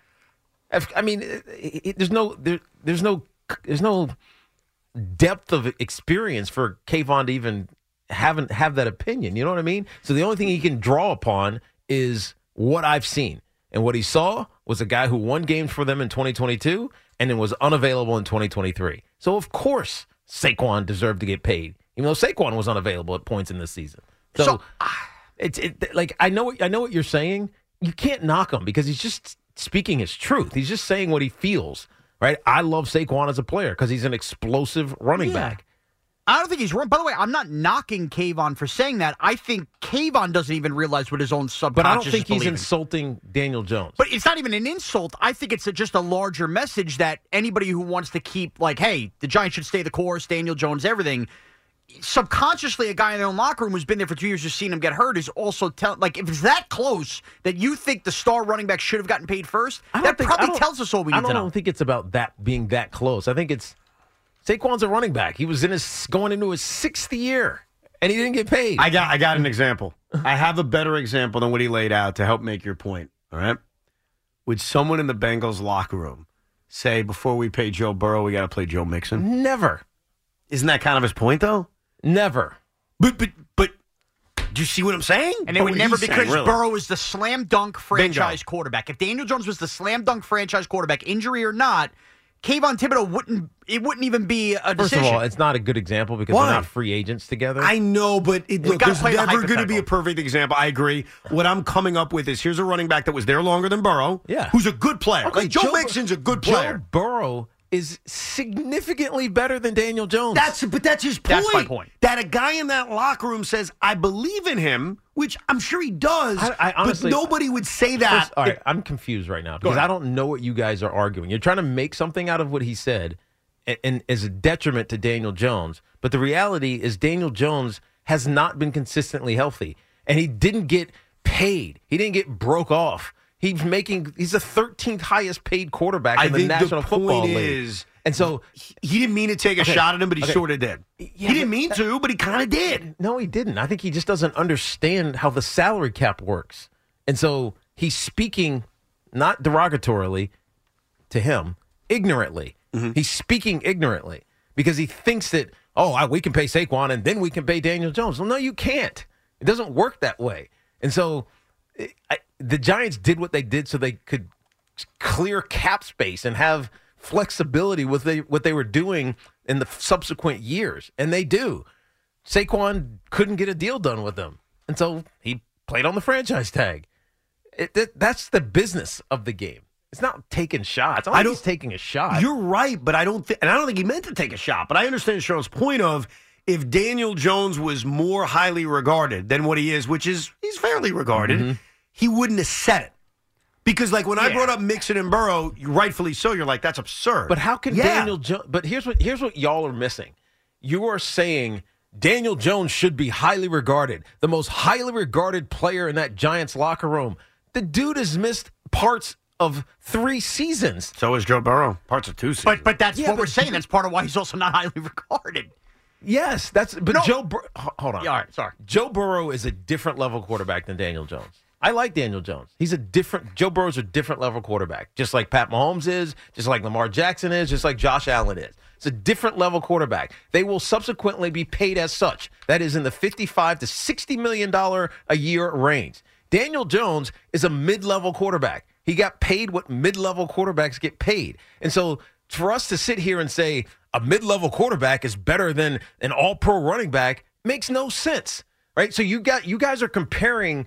[SPEAKER 5] If- I mean, it- it- it- there's no there, there's no there's no depth of experience for Kayvon to even haven't have that opinion. You know what I mean? So the only thing he can draw upon is what I've seen. And what he saw was a guy who won games for them in 2022 and then was unavailable in 2023. So of course Saquon deserved to get paid, even though Saquon was unavailable at points in this season. So,
[SPEAKER 3] So-
[SPEAKER 5] it's it, like I know what- I know what you're saying. You can't knock him because he's just speaking his truth. He's just saying what he feels. Right? I love Saquon as a player because he's an explosive running back.
[SPEAKER 3] I don't think he's wrong. By the way, I'm not knocking Kayvon for saying that. I think Kayvon doesn't even realize what his own subconscious
[SPEAKER 5] But I don't think
[SPEAKER 3] is
[SPEAKER 5] he's
[SPEAKER 3] believing.
[SPEAKER 5] insulting Daniel Jones.
[SPEAKER 3] But it's not even an insult. I think it's a, just a larger message that anybody who wants to keep like, hey, the Giants should stay the course, Daniel Jones, everything. Subconsciously, a guy in their own locker room who's been there for two years, who's seen him get hurt, is also telling. Like, if it's that close that you think the star running back should have gotten paid first,
[SPEAKER 5] I don't
[SPEAKER 3] that
[SPEAKER 5] think- I
[SPEAKER 3] probably
[SPEAKER 5] don't-
[SPEAKER 3] tells us all we
[SPEAKER 5] I
[SPEAKER 3] need to
[SPEAKER 5] don't,
[SPEAKER 3] know.
[SPEAKER 5] think it's about that being that close. I think it's Saquon's a running back. He was in his going into his sixth year, and he didn't get paid.
[SPEAKER 4] I got I got an example. I have a better example than what he laid out to help make your point. All right. Would someone in the Bengals locker room say before we pay Joe Burrow, we got to play Joe Mixon?
[SPEAKER 5] never,
[SPEAKER 4] Isn't that kind of his point though?
[SPEAKER 5] never.
[SPEAKER 4] But but but do you see what I'm saying?
[SPEAKER 3] And it
[SPEAKER 4] Or
[SPEAKER 3] would
[SPEAKER 4] what
[SPEAKER 3] never
[SPEAKER 4] he's
[SPEAKER 3] be
[SPEAKER 4] saying,
[SPEAKER 3] Chris
[SPEAKER 4] really.
[SPEAKER 3] Burrow is the slam dunk franchise quarterback. If Daniel Jones was the slam dunk franchise quarterback, injury or not, Kayvon Thibodeau wouldn't. It wouldn't even be a
[SPEAKER 5] First
[SPEAKER 3] decision.
[SPEAKER 5] of all, it's not a good example because
[SPEAKER 4] Why?
[SPEAKER 5] they're not free agents together.
[SPEAKER 4] I know, but it, look,
[SPEAKER 3] gotta
[SPEAKER 4] there's
[SPEAKER 3] play the
[SPEAKER 4] never going to be
[SPEAKER 3] hypothetical.
[SPEAKER 4] a perfect example. I agree. What I'm coming up with is here's a running back that was there longer than Burrow.
[SPEAKER 5] Yeah.
[SPEAKER 4] who's a good player.
[SPEAKER 5] Okay,
[SPEAKER 4] like Joe,
[SPEAKER 5] Bur-
[SPEAKER 4] Mixon's a good
[SPEAKER 5] Joe
[SPEAKER 4] player.
[SPEAKER 5] Burrow is significantly better than Daniel Jones.
[SPEAKER 4] That's but that's his point.
[SPEAKER 3] That's my point.
[SPEAKER 4] That a guy in that locker room says, "I believe in him," which I'm sure he does.
[SPEAKER 5] I- I honestly-
[SPEAKER 4] but nobody would say that.
[SPEAKER 5] First- all right, I'm confused right now because
[SPEAKER 4] ahead.
[SPEAKER 5] I don't know what you guys are arguing. You're trying to make something out of what he said, and, and as a detriment to Daniel Jones. But the reality is, Daniel Jones has not been consistently healthy, and he didn't get paid. He didn't get broke off. He's making. He's the 13th highest paid quarterback
[SPEAKER 4] I
[SPEAKER 5] in the
[SPEAKER 4] think the
[SPEAKER 5] National Football
[SPEAKER 4] point
[SPEAKER 5] League.
[SPEAKER 4] is-
[SPEAKER 5] and so
[SPEAKER 4] He- He didn't mean to take a
[SPEAKER 5] Okay.
[SPEAKER 4] shot at him, but he
[SPEAKER 5] Okay.
[SPEAKER 4] sort of did.
[SPEAKER 5] Yeah,
[SPEAKER 4] he didn't
[SPEAKER 5] but
[SPEAKER 4] mean
[SPEAKER 5] that-
[SPEAKER 4] to, but he kind of did.
[SPEAKER 5] No, he didn't. I think he just doesn't understand how the salary cap works. And so he's speaking not derogatorily to him, ignorantly. He's speaking ignorantly because he thinks that, oh, I, we can pay Saquon and then we can pay Daniel Jones. Well, no, you can't. It doesn't work that way. And so eh, I, the Giants did what they did so they could clear cap space and have flexibility with they, what they were doing in the subsequent years, and they do. Saquon couldn't get a deal done with them, and so he played on the franchise tag. It, that, that's the business of the game. It's not taking shots. I,
[SPEAKER 4] I
[SPEAKER 5] don't,
[SPEAKER 4] don't-
[SPEAKER 5] he's taking a shot.
[SPEAKER 4] You're right, but I don't think, and I don't think he meant to take a shot. But I understand Cheryl's point of if Daniel Jones was more highly regarded than what he is, which is he's fairly regarded, he wouldn't have said it. Because like when I
[SPEAKER 5] Mm-hmm. Yeah.
[SPEAKER 4] brought up Mixon and Burrow, you- rightfully so, you're like that's absurd.
[SPEAKER 5] But how can
[SPEAKER 4] Yeah.
[SPEAKER 5] Daniel Jones? But here's what here's what y'all are missing. You are saying Daniel Jones should be highly regarded, the most highly regarded player in that Giants locker room. The dude has missed parts of three seasons.
[SPEAKER 4] So is Joe Burrow. Parts of two seasons.
[SPEAKER 3] But but that's
[SPEAKER 5] Yeah,
[SPEAKER 3] what
[SPEAKER 5] but-
[SPEAKER 3] we're saying. That's part of why he's also not highly regarded.
[SPEAKER 5] Yes, that's but
[SPEAKER 3] No.
[SPEAKER 5] Joe. Bur- h- hold on.
[SPEAKER 3] Yeah, all right, sorry.
[SPEAKER 5] Joe Burrow is a different level quarterback than Daniel Jones. I like Daniel Jones. He's a different. Joe Burrow's a different level quarterback, just like Pat Mahomes is, just like Lamar Jackson is, just like Josh Allen is. It's a different level quarterback. They will subsequently be paid as such. That is in the fifty-five to sixty million dollar a year range. Daniel Jones is a mid-level quarterback. He got paid what mid-level quarterbacks get paid, and so for us to sit here and say a mid-level quarterback is better than an all-pro running back makes no sense, right? So you got you guys are comparing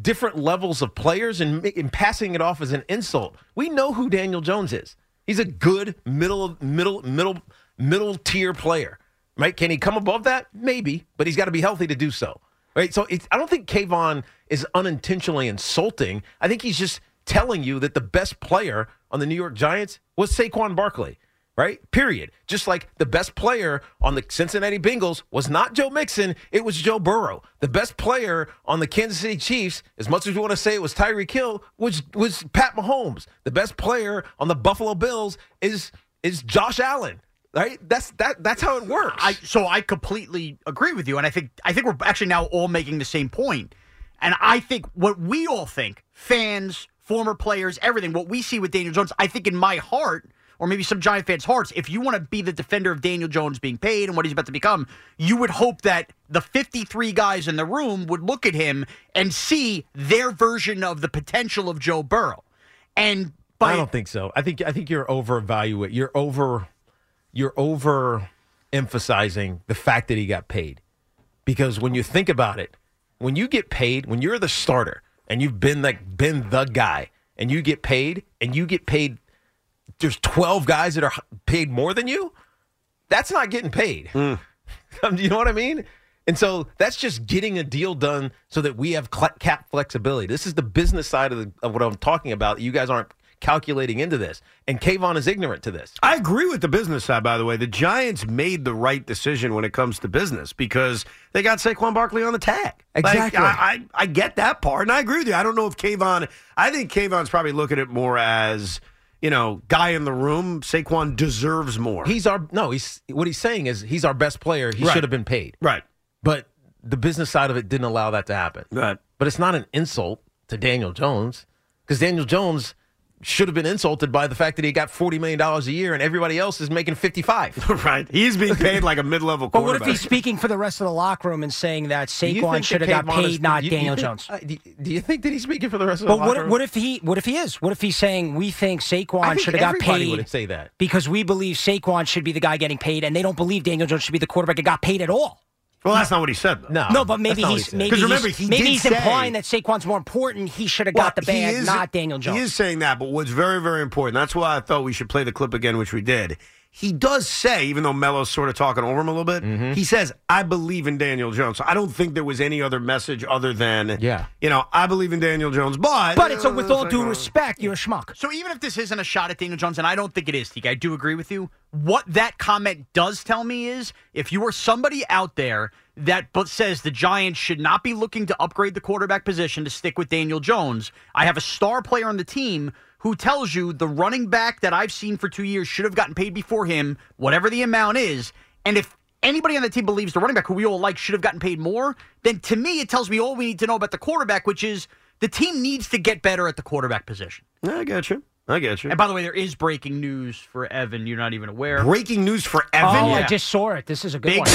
[SPEAKER 5] different levels of players and, ma- and passing it off as an insult. We know who Daniel Jones is. He's a good middle middle middle middle tier player, right? Can he come above that? Maybe, but he's got to be healthy to do so, right? So it's, I don't think Kayvon is unintentionally insulting. I think he's just telling you that the best player on the New York Giants was Saquon Barkley, right? Period. Just like the best player on the Cincinnati Bengals was not Joe Mixon, it was Joe Burrow. The best player on the Kansas City Chiefs, as much as you want to say it was Tyreek Hill, was was Pat Mahomes. The best player on the Buffalo Bills is is Josh Allen. Right? That's that that's how it works.
[SPEAKER 3] I so I completely agree with you, and I think I think we're actually now all making the same point. And I think what we all think, fans, former players, everything, what we see with Daniel Jones, I think in my heart, or maybe some Giant fans' hearts, if you want to be the defender of Daniel Jones being paid and what he's about to become, you would hope that the 53 guys in the room would look at him and see their version of the potential of Joe Burrow. And by
[SPEAKER 5] I don't think so. I think I think you're overvaluing. You're over. You're over emphasizing the fact that he got paid, because when you think about it, when you get paid, when you're the starter and you've been like been the guy, and you get paid, and you get paid, there's 12 guys that are h- paid more than you. That's not getting paid. Um, you know what I mean? And so that's just getting a deal done so that we have cl- cap flexibility. This is the business side of, the, of what I'm talking about. You guys aren't calculating into this. And Kayvon is ignorant to this.
[SPEAKER 4] I agree with the business side, by the way. The Giants made the right decision when it comes to business because they got Saquon Barkley on the tag. Like,
[SPEAKER 5] Exactly.
[SPEAKER 4] I, I, I get that part, and I agree with you. I don't know if Kayvon, I think Kayvon's probably looking at it more as, you know, guy in the room. Saquon deserves more.
[SPEAKER 5] He's our no. He's what he's saying is he's our best player. He
[SPEAKER 4] Right.
[SPEAKER 5] should have been paid,
[SPEAKER 4] right.
[SPEAKER 5] but the business side of it didn't allow that to happen.
[SPEAKER 4] Right.
[SPEAKER 5] But it's not an insult to Daniel Jones because Daniel Jones should have been insulted by the fact that he got forty million dollars a year and everybody else is making fifty five.
[SPEAKER 4] right. He's being paid like a mid level
[SPEAKER 8] But what
[SPEAKER 4] quarterback.
[SPEAKER 8] if he's speaking for the rest of the locker room and saying that
[SPEAKER 5] Do you think
[SPEAKER 8] Saquon
[SPEAKER 5] that
[SPEAKER 8] should have got
[SPEAKER 5] Kayvon
[SPEAKER 8] paid,
[SPEAKER 5] is-
[SPEAKER 8] not
[SPEAKER 5] do you
[SPEAKER 8] Daniel
[SPEAKER 5] think-
[SPEAKER 8] Jones?
[SPEAKER 5] uh, do, do you think that he's speaking for the rest of
[SPEAKER 8] But
[SPEAKER 5] the locker
[SPEAKER 8] what,
[SPEAKER 5] room?
[SPEAKER 8] what if he? What if he is? What if he's saying we think
[SPEAKER 5] I
[SPEAKER 8] Saquon
[SPEAKER 5] think
[SPEAKER 8] should have got
[SPEAKER 5] everybody
[SPEAKER 8] paid?
[SPEAKER 5] would say that.
[SPEAKER 8] because we believe Saquon should be the guy getting paid, and they don't believe Daniel Jones should be the quarterback that got paid at all.
[SPEAKER 4] well, that's not what he said, though.
[SPEAKER 5] No,
[SPEAKER 8] no, but
[SPEAKER 5] that's
[SPEAKER 8] maybe
[SPEAKER 5] not what
[SPEAKER 8] he's
[SPEAKER 5] he said.
[SPEAKER 8] maybe
[SPEAKER 4] 'Cause remember,
[SPEAKER 8] he's,
[SPEAKER 4] he
[SPEAKER 8] maybe
[SPEAKER 4] did
[SPEAKER 8] he's
[SPEAKER 4] say-
[SPEAKER 8] implying that Saquon's more important. He should have got the
[SPEAKER 4] Well,
[SPEAKER 8] bag,
[SPEAKER 4] he is-
[SPEAKER 8] not Daniel Jones.
[SPEAKER 4] He is saying that, but what's very, very important, that's why I thought we should play the clip again, which we did. He does say, even though Melo's sort of talking over him a little bit,
[SPEAKER 5] Mm-hmm.
[SPEAKER 4] he says, I believe in Daniel Jones. So I don't think there was any other message other than,
[SPEAKER 5] Yeah.
[SPEAKER 4] you know, I believe in Daniel Jones, but.
[SPEAKER 8] but it's a, with all
[SPEAKER 4] Uh,
[SPEAKER 8] due respect, you're a schmuck.
[SPEAKER 3] So even if this isn't a shot at Daniel Jones, and I don't think it is, Teague, I do agree with you. What that comment does tell me is if you are somebody out there that but says the Giants should not be looking to upgrade the quarterback position to stick with Daniel Jones, I have a star player on the team who tells you the running back that I've seen for two years should have gotten paid before him, whatever the amount is. And if anybody on the team believes the running back who we all like should have gotten paid more, then to me it tells me all we need to know about the quarterback, which is the team needs to get better at the quarterback position.
[SPEAKER 4] I got you. I got you.
[SPEAKER 3] And by the way, there is breaking news for Evan. You're not even aware.
[SPEAKER 4] Breaking news for e-,
[SPEAKER 8] Oh,
[SPEAKER 4] Evan.
[SPEAKER 8] I just saw it. This is a good
[SPEAKER 3] Big-
[SPEAKER 8] one.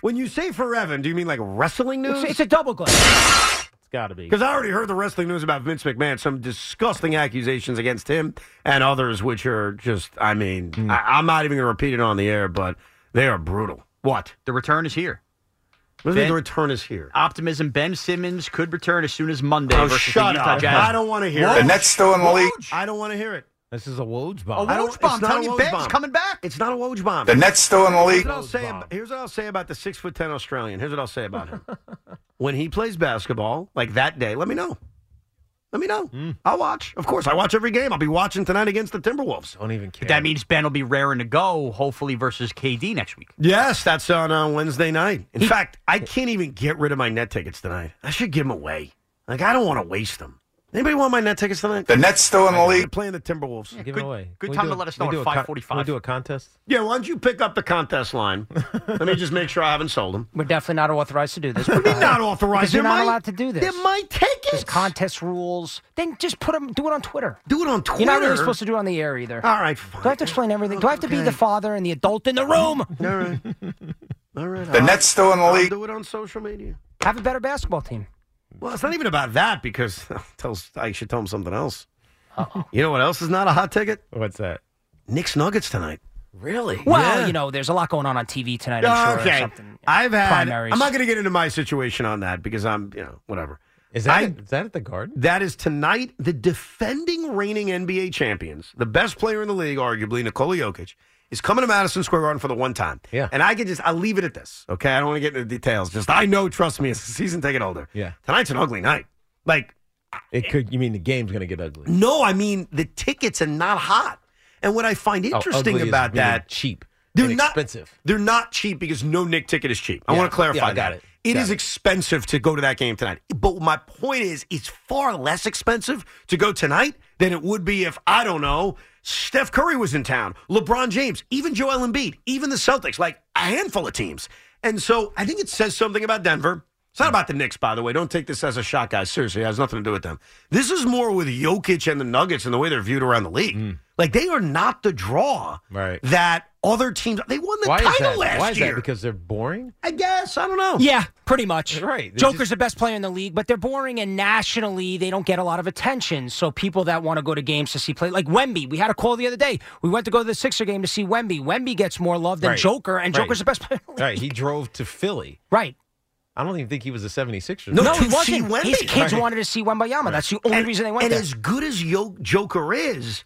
[SPEAKER 4] When you say for Evan, do you mean like wrestling news?
[SPEAKER 8] It's, it's a double glitch.
[SPEAKER 5] got to be.
[SPEAKER 4] Because I already heard the wrestling news about Vince McMahon, some disgusting accusations against him and others, which are just, I mean,
[SPEAKER 3] Hmm.
[SPEAKER 4] I, I'm not even going to repeat it on the air, but they are brutal. What?
[SPEAKER 3] The return is here.
[SPEAKER 4] What do you mean
[SPEAKER 3] Ben-
[SPEAKER 4] the return is here?
[SPEAKER 3] Optimism Ben Simmons could return as soon as Monday.
[SPEAKER 4] Oh,
[SPEAKER 3] versus
[SPEAKER 4] shut
[SPEAKER 3] the
[SPEAKER 4] up.
[SPEAKER 3] Utah Jazz.
[SPEAKER 4] I don't want to hear it. I don't want to hear it.
[SPEAKER 5] This is a Woj
[SPEAKER 4] I
[SPEAKER 5] bomb.
[SPEAKER 4] don't-
[SPEAKER 3] Woj bomb.
[SPEAKER 4] it's not
[SPEAKER 3] Telling
[SPEAKER 4] a
[SPEAKER 3] you
[SPEAKER 4] Woj
[SPEAKER 3] Ben's
[SPEAKER 4] bomb.
[SPEAKER 3] coming back.
[SPEAKER 4] It's not a Woj bomb.
[SPEAKER 9] The Nets still in the league?
[SPEAKER 4] Here's what I'll say, ab- here's what I'll say about the six foot ten Australian. Here's what I'll say about him. when he plays basketball, like that day, let me know. Let me know.
[SPEAKER 3] Hmm.
[SPEAKER 4] I'll watch. Of course, I watch every game. I'll be watching tonight against the Timberwolves.
[SPEAKER 5] Don't even care.
[SPEAKER 3] But that means Ben will be raring to go, hopefully, versus KD next week.
[SPEAKER 4] Yes, that's on uh, Wednesday night. In fact, I can't even get rid of my net tickets tonight. I should give them away. Like I don't want to waste them. Anybody want my net tickets tonight?
[SPEAKER 9] The Nets still in the
[SPEAKER 4] They're
[SPEAKER 9] league?
[SPEAKER 4] playing the Timberwolves.
[SPEAKER 5] Give
[SPEAKER 3] good-
[SPEAKER 5] it away.
[SPEAKER 3] good
[SPEAKER 5] Can we
[SPEAKER 3] time
[SPEAKER 5] do
[SPEAKER 3] to
[SPEAKER 5] a-
[SPEAKER 3] let us
[SPEAKER 5] can
[SPEAKER 3] know
[SPEAKER 5] we
[SPEAKER 3] at
[SPEAKER 5] do a con-
[SPEAKER 3] 5:45?
[SPEAKER 5] Can we do a contest?
[SPEAKER 4] Yeah, why don't you pick up the contest line? Let me just make sure I haven't sold them.
[SPEAKER 8] We're definitely not authorized to do this. Uh,
[SPEAKER 4] What do you mean not
[SPEAKER 8] Because
[SPEAKER 4] authorized?
[SPEAKER 8] you're
[SPEAKER 4] They're
[SPEAKER 8] not
[SPEAKER 4] my-
[SPEAKER 8] allowed to do this.
[SPEAKER 4] They're my tickets.
[SPEAKER 8] There's contest rules. Then just put them. Do it on Twitter. Uh,
[SPEAKER 4] do it on Twitter.
[SPEAKER 8] You're not really supposed to do it on the air either.
[SPEAKER 4] All right,
[SPEAKER 8] Do I
[SPEAKER 4] fine.
[SPEAKER 8] have to explain everything? Do I have to be the father and the adult in the room?
[SPEAKER 4] All right. All right.
[SPEAKER 9] The Nets still in the
[SPEAKER 4] I'll
[SPEAKER 9] league?
[SPEAKER 4] do it on social media.
[SPEAKER 8] Have a better basketball team.
[SPEAKER 4] Well, it's not even about that because tells I should tell him something else. You know what else is not a hot ticket?
[SPEAKER 5] What's that?
[SPEAKER 4] Knicks Nuggets tonight. Really?
[SPEAKER 8] Well, you know, there's a lot going on on TV tonight. I'm sure. or
[SPEAKER 4] okay.
[SPEAKER 8] something.
[SPEAKER 4] I've had.
[SPEAKER 8] Primaries.
[SPEAKER 4] I'm not going to get into my situation on that because I'm, you know, whatever.
[SPEAKER 5] Is that
[SPEAKER 4] I-
[SPEAKER 5] at- is that at the Garden?
[SPEAKER 4] That is tonight. The defending reigning NBA champions, the best player in the league, arguably Nikola Jokic, is coming to Madison Square Garden for the one time.
[SPEAKER 5] Yeah.
[SPEAKER 4] And I can just I'll leave it at this. Okay, I don't want to get into the details. Just I know, trust me, as a season ticket holder.
[SPEAKER 5] Yeah.
[SPEAKER 4] Tonight's an ugly night. Like
[SPEAKER 5] It could. You mean the game's going to get ugly?
[SPEAKER 4] no, I mean the tickets are not hot. And what I find
[SPEAKER 5] Oh,
[SPEAKER 4] interesting
[SPEAKER 5] ugly is
[SPEAKER 4] about
[SPEAKER 5] meaning
[SPEAKER 4] that
[SPEAKER 5] cheap.
[SPEAKER 4] They're
[SPEAKER 5] and
[SPEAKER 4] not
[SPEAKER 5] expensive.
[SPEAKER 4] They're not cheap because no Nick ticket is cheap. I
[SPEAKER 5] Yeah.
[SPEAKER 4] want to clarify
[SPEAKER 5] Yeah, I got
[SPEAKER 4] that.
[SPEAKER 5] it.
[SPEAKER 4] It
[SPEAKER 5] Got
[SPEAKER 4] is
[SPEAKER 5] it.
[SPEAKER 4] expensive to go to that game tonight. But my point is, it's far less expensive to go tonight than it would be if I don't know Steph Curry was in town, LeBron James, even Joel Embiid, even the Celtics, like a handful of teams. And so I think it says something about Denver. It's not about the Knicks, by the way. Don't take this as a shot, guys. Seriously, it has nothing to do with them. This is more with Jokic and the Nuggets and the way they're viewed around the league. Like they are not the draw
[SPEAKER 5] Mm. Right.
[SPEAKER 4] that other teams they won the
[SPEAKER 5] Why
[SPEAKER 4] title
[SPEAKER 5] is that?
[SPEAKER 4] last
[SPEAKER 5] Why is
[SPEAKER 4] year.
[SPEAKER 5] that? Because they're boring.
[SPEAKER 4] I guess I don't know.
[SPEAKER 8] Yeah, pretty much.
[SPEAKER 5] Right. They're
[SPEAKER 8] Joker's
[SPEAKER 5] just-
[SPEAKER 8] the best player in the league, but they're boring, and nationally, they don't get a lot of attention. So people that want to go to games to see play, like Wemby, we had a call the other day. We went to go to the Sixer game to see Wemby. Wemby gets more love than
[SPEAKER 5] Right.
[SPEAKER 8] Joker, and
[SPEAKER 5] Right.
[SPEAKER 8] Joker's the best player. In the league.
[SPEAKER 5] Right. He drove to Philly.
[SPEAKER 8] Right.
[SPEAKER 5] I don't even think he was a 76er.
[SPEAKER 4] No,
[SPEAKER 8] No, he
[SPEAKER 4] to see
[SPEAKER 8] wasn't.
[SPEAKER 4] Wemby.
[SPEAKER 8] His kids
[SPEAKER 4] Right.
[SPEAKER 8] wanted to see Wembayama. That's the only
[SPEAKER 4] and,
[SPEAKER 8] reason they went
[SPEAKER 4] and
[SPEAKER 8] there.
[SPEAKER 4] as good as Yo- Joker is,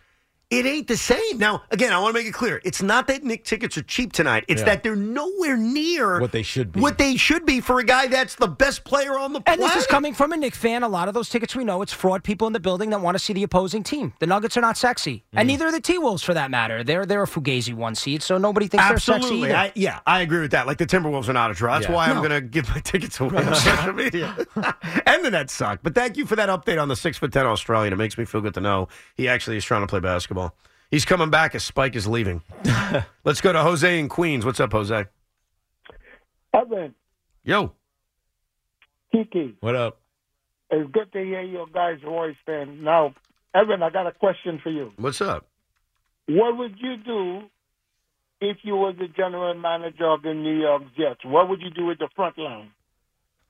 [SPEAKER 4] it ain't the same. Now, again, I want to make it clear: it's not that Nick tickets are cheap tonight. It's
[SPEAKER 5] Yeah.
[SPEAKER 4] that they're nowhere near
[SPEAKER 5] What they should be.
[SPEAKER 4] What they should be for a guy that's the best player on the
[SPEAKER 8] And
[SPEAKER 4] planet.
[SPEAKER 8] this is coming from a Nick fan. A lot of those tickets we know it's fraud people in the building that want to see the opposing team. The Nuggets are not sexy,
[SPEAKER 5] Mm.
[SPEAKER 8] and neither are the T Wolves for that matter. They're they're a Fugazi one seed, so nobody thinks they're sexy
[SPEAKER 4] Absolutely,
[SPEAKER 8] either.
[SPEAKER 4] I, yeah, I agree with that. Like the Timberwolves are not a draw. That's
[SPEAKER 5] Yeah.
[SPEAKER 4] why I'm going to give my tickets away on social media. and the Nets suck. But thank you for that update on the six foot ten Australian. It makes me feel good to know he actually is trying to play basketball. He's coming back as Spike is leaving. Let's go to Jose in Queens. What's up, Jose?
[SPEAKER 7] Evan,
[SPEAKER 4] Yo,
[SPEAKER 7] Kiki,
[SPEAKER 5] What up?
[SPEAKER 7] it's good to hear your guys' voice. And now, Evan, I got a question for you.
[SPEAKER 4] what's up?
[SPEAKER 7] What would you do if you was the general manager of the New York Jets? What would you do with the front line?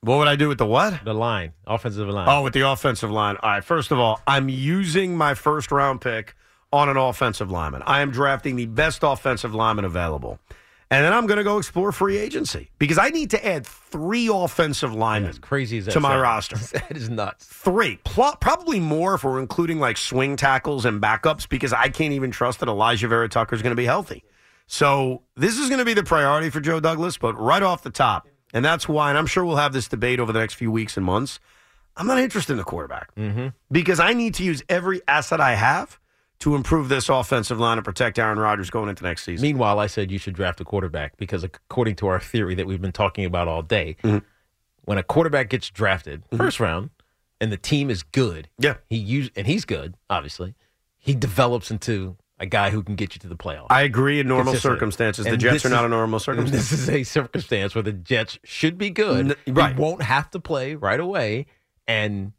[SPEAKER 4] What would I do with the what?
[SPEAKER 5] The line, offensive line.
[SPEAKER 4] Oh, with the offensive line. All right. First of all, I'm using my first round pick on an offensive lineman. I am drafting the best offensive lineman available. And then I'm going to go explore free agency because I need to add three offensive linemen.
[SPEAKER 5] as crazy as that
[SPEAKER 4] to my
[SPEAKER 5] sounds.
[SPEAKER 4] roster.
[SPEAKER 5] that is nuts.
[SPEAKER 4] Three, Pl- probably more if we're including like swing tackles and backups because I can't even trust that Elijah Vera Tucker is going to be healthy. So this is going to be the priority for Joe Douglas, but right off the top, and that's why, and I'm sure we'll have this debate over the next few weeks and months. I'm not interested in the quarterback
[SPEAKER 5] Mm-hmm.
[SPEAKER 4] because I need to use every asset I have to improve this offensive line and protect Aaron Rodgers going into next season.
[SPEAKER 5] Meanwhile, I said you should draft a quarterback because, according to our theory that we've been talking about all day,
[SPEAKER 4] Mm-hmm.
[SPEAKER 5] when a quarterback gets drafted first round and the team is good,
[SPEAKER 4] Yeah.
[SPEAKER 5] he use and he's good, obviously, he develops into a guy who can get you to the playoffs.
[SPEAKER 4] I agree in normal
[SPEAKER 5] Consistent.
[SPEAKER 4] circumstances. the
[SPEAKER 5] And
[SPEAKER 4] Jets
[SPEAKER 5] this
[SPEAKER 4] are
[SPEAKER 5] is-
[SPEAKER 4] not a normal
[SPEAKER 5] And
[SPEAKER 4] circumstance.
[SPEAKER 5] This is a circumstance where the Jets should be good.
[SPEAKER 4] N- right.
[SPEAKER 5] He won't have to play right away, and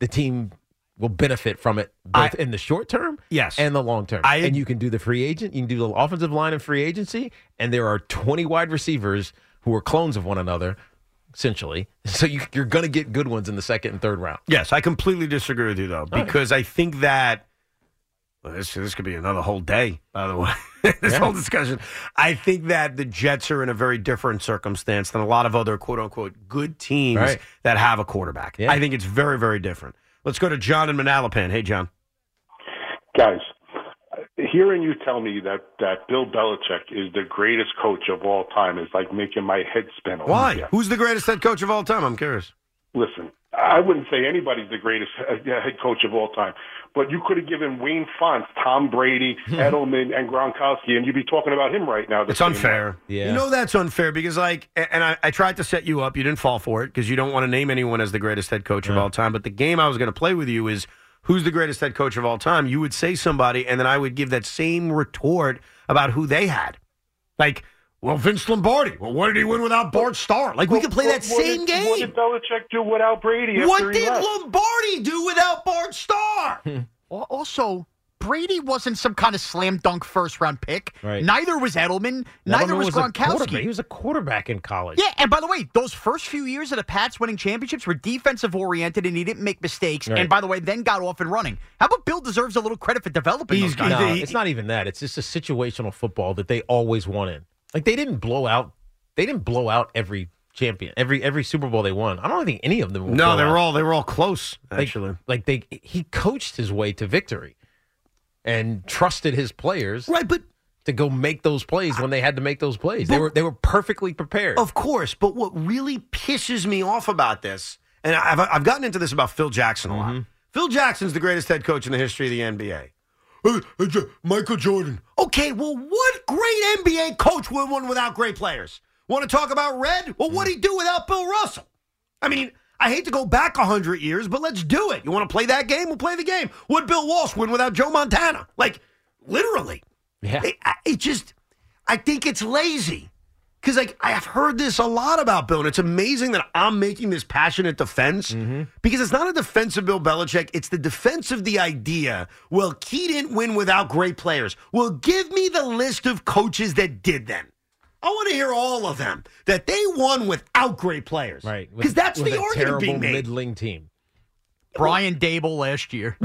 [SPEAKER 5] the team will benefit from it both in the short term
[SPEAKER 4] Yes.
[SPEAKER 5] and the long term.
[SPEAKER 4] I-
[SPEAKER 5] and you can do the free agent, you can do the offensive line and free agency, and there are 20 wide receivers who are clones of one another. essentially. So you, you're going to get good ones in the second and third round.
[SPEAKER 4] Yes, I completely disagree with you though,
[SPEAKER 5] right.
[SPEAKER 4] because I think that well, this this could be another whole day. By the way, this whole discussion. I think that the Jets are in a very different circumstance than a lot of other quote unquote good teams
[SPEAKER 5] Right.
[SPEAKER 4] that have a quarterback. I think it's very very different. Let's go to John in Manalapan. Hey, John.
[SPEAKER 7] Guys, hearing you tell me that, that Bill Belichick is the greatest coach of all time is like making my head spin. a little
[SPEAKER 4] Why?
[SPEAKER 7] bit.
[SPEAKER 4] Who's the greatest head coach of all time? I'm curious.
[SPEAKER 7] Listen, I wouldn't say anybody's the greatest uh, head coach of all time, but you could have given Wayne Fonts, Tom Brady,
[SPEAKER 4] Hmm.
[SPEAKER 7] Edelman, and Gronkowski, and you'd be talking about him right now. the
[SPEAKER 4] It's
[SPEAKER 7] same
[SPEAKER 4] unfair.
[SPEAKER 7] way.
[SPEAKER 4] You know that's unfair because, like, a- and I, I tried to set you up. You didn't fall for it because you don't want to name anyone as the greatest head coach of all time. But the game I was going to play with you is who's the greatest head coach of all time? You would say somebody, and then I would give that same retort about who they had. Like, well, Vince Lombardi. Well, what did he win without Bart Starr? Like, we could play that
[SPEAKER 7] What- what
[SPEAKER 4] same
[SPEAKER 7] did-
[SPEAKER 4] game.
[SPEAKER 7] What did Belichick do without Brady?
[SPEAKER 4] What
[SPEAKER 7] after he
[SPEAKER 4] did
[SPEAKER 7] left?
[SPEAKER 4] Lombardi do without Bart Starr?
[SPEAKER 3] Al- Also, Brady wasn't some kind of slam dunk first round pick.
[SPEAKER 5] Right.
[SPEAKER 3] Neither was Edelman. neither
[SPEAKER 5] Edelman
[SPEAKER 3] was,
[SPEAKER 5] a quarterback. He
[SPEAKER 3] Gronkowski.
[SPEAKER 5] was a quarterback in college.
[SPEAKER 3] Yeah, and by the way, those first few years of the Pats winning championships were defensive oriented, and he didn't make mistakes.
[SPEAKER 5] Right.
[SPEAKER 3] And by the way, then got off and running. How about Bill deserves a little credit for developing those guys?
[SPEAKER 5] No, it's not even that. It's just a situational football that they always won in. Like they didn't blow out. They didn't blow out every champion, every every Super Bowl they won. I don't think any of them.
[SPEAKER 4] No, they
[SPEAKER 5] blow out.
[SPEAKER 4] were all they were all close.
[SPEAKER 5] Like-
[SPEAKER 4] Actually,
[SPEAKER 5] like they he coached his way to victory, and trusted his players.
[SPEAKER 4] Right, but
[SPEAKER 5] to go make those plays when they had to make those plays, they were they were perfectly prepared.
[SPEAKER 4] Of course, but what really pisses me off about this, and I've, I've gotten into this about Phil Jackson a lot.
[SPEAKER 5] Mm-hmm.
[SPEAKER 4] Phil Jackson's the greatest head coach in the history of the NBA. Uh, uh, J- Michael Jordan. Okay, well, what great NBA coach would one without great players? Want to talk about Red? Well, what'd he do without Bill Russell? I mean, I hate to go back 100 years, but let's do it. You want to play that game? We'll play the game. Would Bill Walsh win without Joe Montana? Like, literally.
[SPEAKER 5] Yeah.
[SPEAKER 4] It, I- it just, I think it's lazy. Because like I have heard this a lot about Bill, and it's amazing that I'm making this passionate defense
[SPEAKER 5] Mm-hmm.
[SPEAKER 4] because it's not a defense of Bill Belichick; it's the defense of the idea. Well, Key didn't win without great players. Well, give me the list of coaches that did then. I want to hear all of them that they won without great players,
[SPEAKER 5] Right, with-
[SPEAKER 4] Because that's
[SPEAKER 5] with
[SPEAKER 4] the
[SPEAKER 5] a
[SPEAKER 4] argument
[SPEAKER 5] terrible
[SPEAKER 4] being made.
[SPEAKER 5] middling team.
[SPEAKER 3] Brian Dable last year.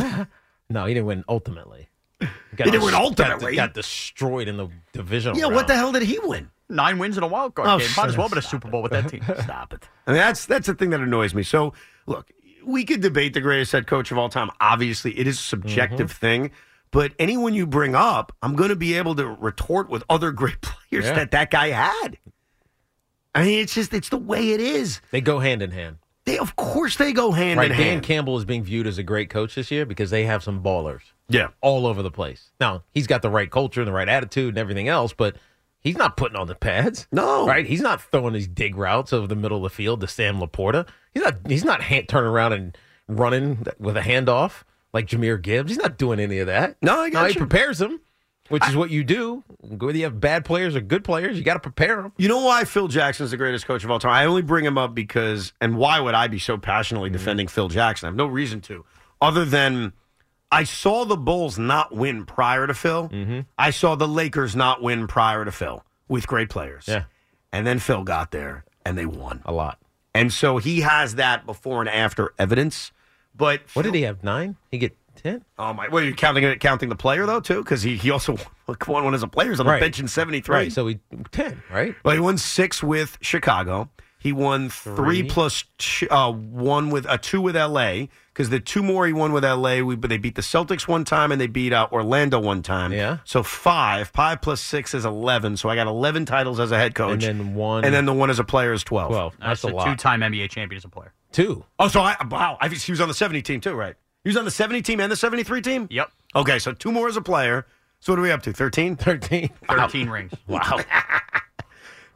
[SPEAKER 5] No, he didn't win ultimately.
[SPEAKER 4] He didn't win
[SPEAKER 5] got-
[SPEAKER 4] ultimately.
[SPEAKER 5] Got, destroyed in the divisional.
[SPEAKER 4] yeah, what the
[SPEAKER 5] round.
[SPEAKER 4] hell did he win?
[SPEAKER 3] Nine wins in a wild card
[SPEAKER 4] Oh,
[SPEAKER 3] game.
[SPEAKER 4] shut
[SPEAKER 3] Might as well
[SPEAKER 4] up.
[SPEAKER 3] been a Super Bowl with that team. Stop it.
[SPEAKER 4] I mean, that's that's the thing that annoys me. So, look, we could debate the greatest head coach of all time. Obviously, it is a subjective
[SPEAKER 5] Mm-hmm.
[SPEAKER 4] thing, but anyone you bring up, I'm going to be able to retort with other great players
[SPEAKER 5] Yeah.
[SPEAKER 4] that that guy had. I mean, it's just it's the way it is.
[SPEAKER 5] They go hand in hand.
[SPEAKER 4] They of course they go hand
[SPEAKER 5] right,
[SPEAKER 4] in
[SPEAKER 5] Dan
[SPEAKER 4] hand.
[SPEAKER 5] Campbell is being viewed as a great coach this year because they have some ballers
[SPEAKER 4] yeah,
[SPEAKER 5] all over the place. Now he's got the right culture and the right attitude and everything else, but he's not putting on the pads.
[SPEAKER 4] no,
[SPEAKER 5] Right, he's not throwing these dig routes over the middle of the field to Sam Laporta. He's not. He's not hand, turning around and running with a handoff like Jameer Gibbs. He's not doing any of that.
[SPEAKER 4] No, I
[SPEAKER 5] now
[SPEAKER 4] got
[SPEAKER 5] he
[SPEAKER 4] you.
[SPEAKER 5] prepares them, which is what you do. Whether you have bad players or good players, you got to prepare them.
[SPEAKER 4] You know why Phil Jackson's the greatest coach of all time? I only bring him up because, and why would I be so passionately
[SPEAKER 5] Mm-hmm.
[SPEAKER 4] defending Phil Jackson? I have no reason to, other than I saw the Bulls not win prior to Phil.
[SPEAKER 5] Mm-hmm.
[SPEAKER 4] I saw the Lakers not win prior to Phil with great players.
[SPEAKER 5] Yeah.
[SPEAKER 4] And then Phil got there and they won.
[SPEAKER 5] A lot.
[SPEAKER 4] And so he has that before and after evidence. But
[SPEAKER 5] What did he have? Nine? He get ten?
[SPEAKER 4] Oh my! Well, you're counting it, counting the player though too, because he, he also won one as a player. He was on the
[SPEAKER 5] Right.
[SPEAKER 4] bench in '73.
[SPEAKER 5] Right. So he ten. Right.
[SPEAKER 4] Well, he won six with Chicago. He won three,
[SPEAKER 5] Three.
[SPEAKER 4] plus ch- uh, one with a uh, two with L.A. Because the two more he won with L.A. We but they beat the Celtics one time and they beat uh, Orlando one time.
[SPEAKER 5] Yeah.
[SPEAKER 4] So five, five plus six is eleven. So I got eleven titles as a head coach,
[SPEAKER 5] And then one-
[SPEAKER 4] Oh, and then the one as a player is twelve.
[SPEAKER 5] Twelve. That's,
[SPEAKER 3] That's,
[SPEAKER 5] a
[SPEAKER 3] a
[SPEAKER 5] lot.
[SPEAKER 3] two time NBA champion as a player.
[SPEAKER 5] Two.
[SPEAKER 4] Oh, so I wow! I, he was on the seventy team too, right? He was on the seventy team and the seventy-three team.
[SPEAKER 3] Yep.
[SPEAKER 4] Okay, so two more as a player. So what are we up to? Thirteen.
[SPEAKER 5] Thirteen.
[SPEAKER 3] 13 rings.
[SPEAKER 4] Wow.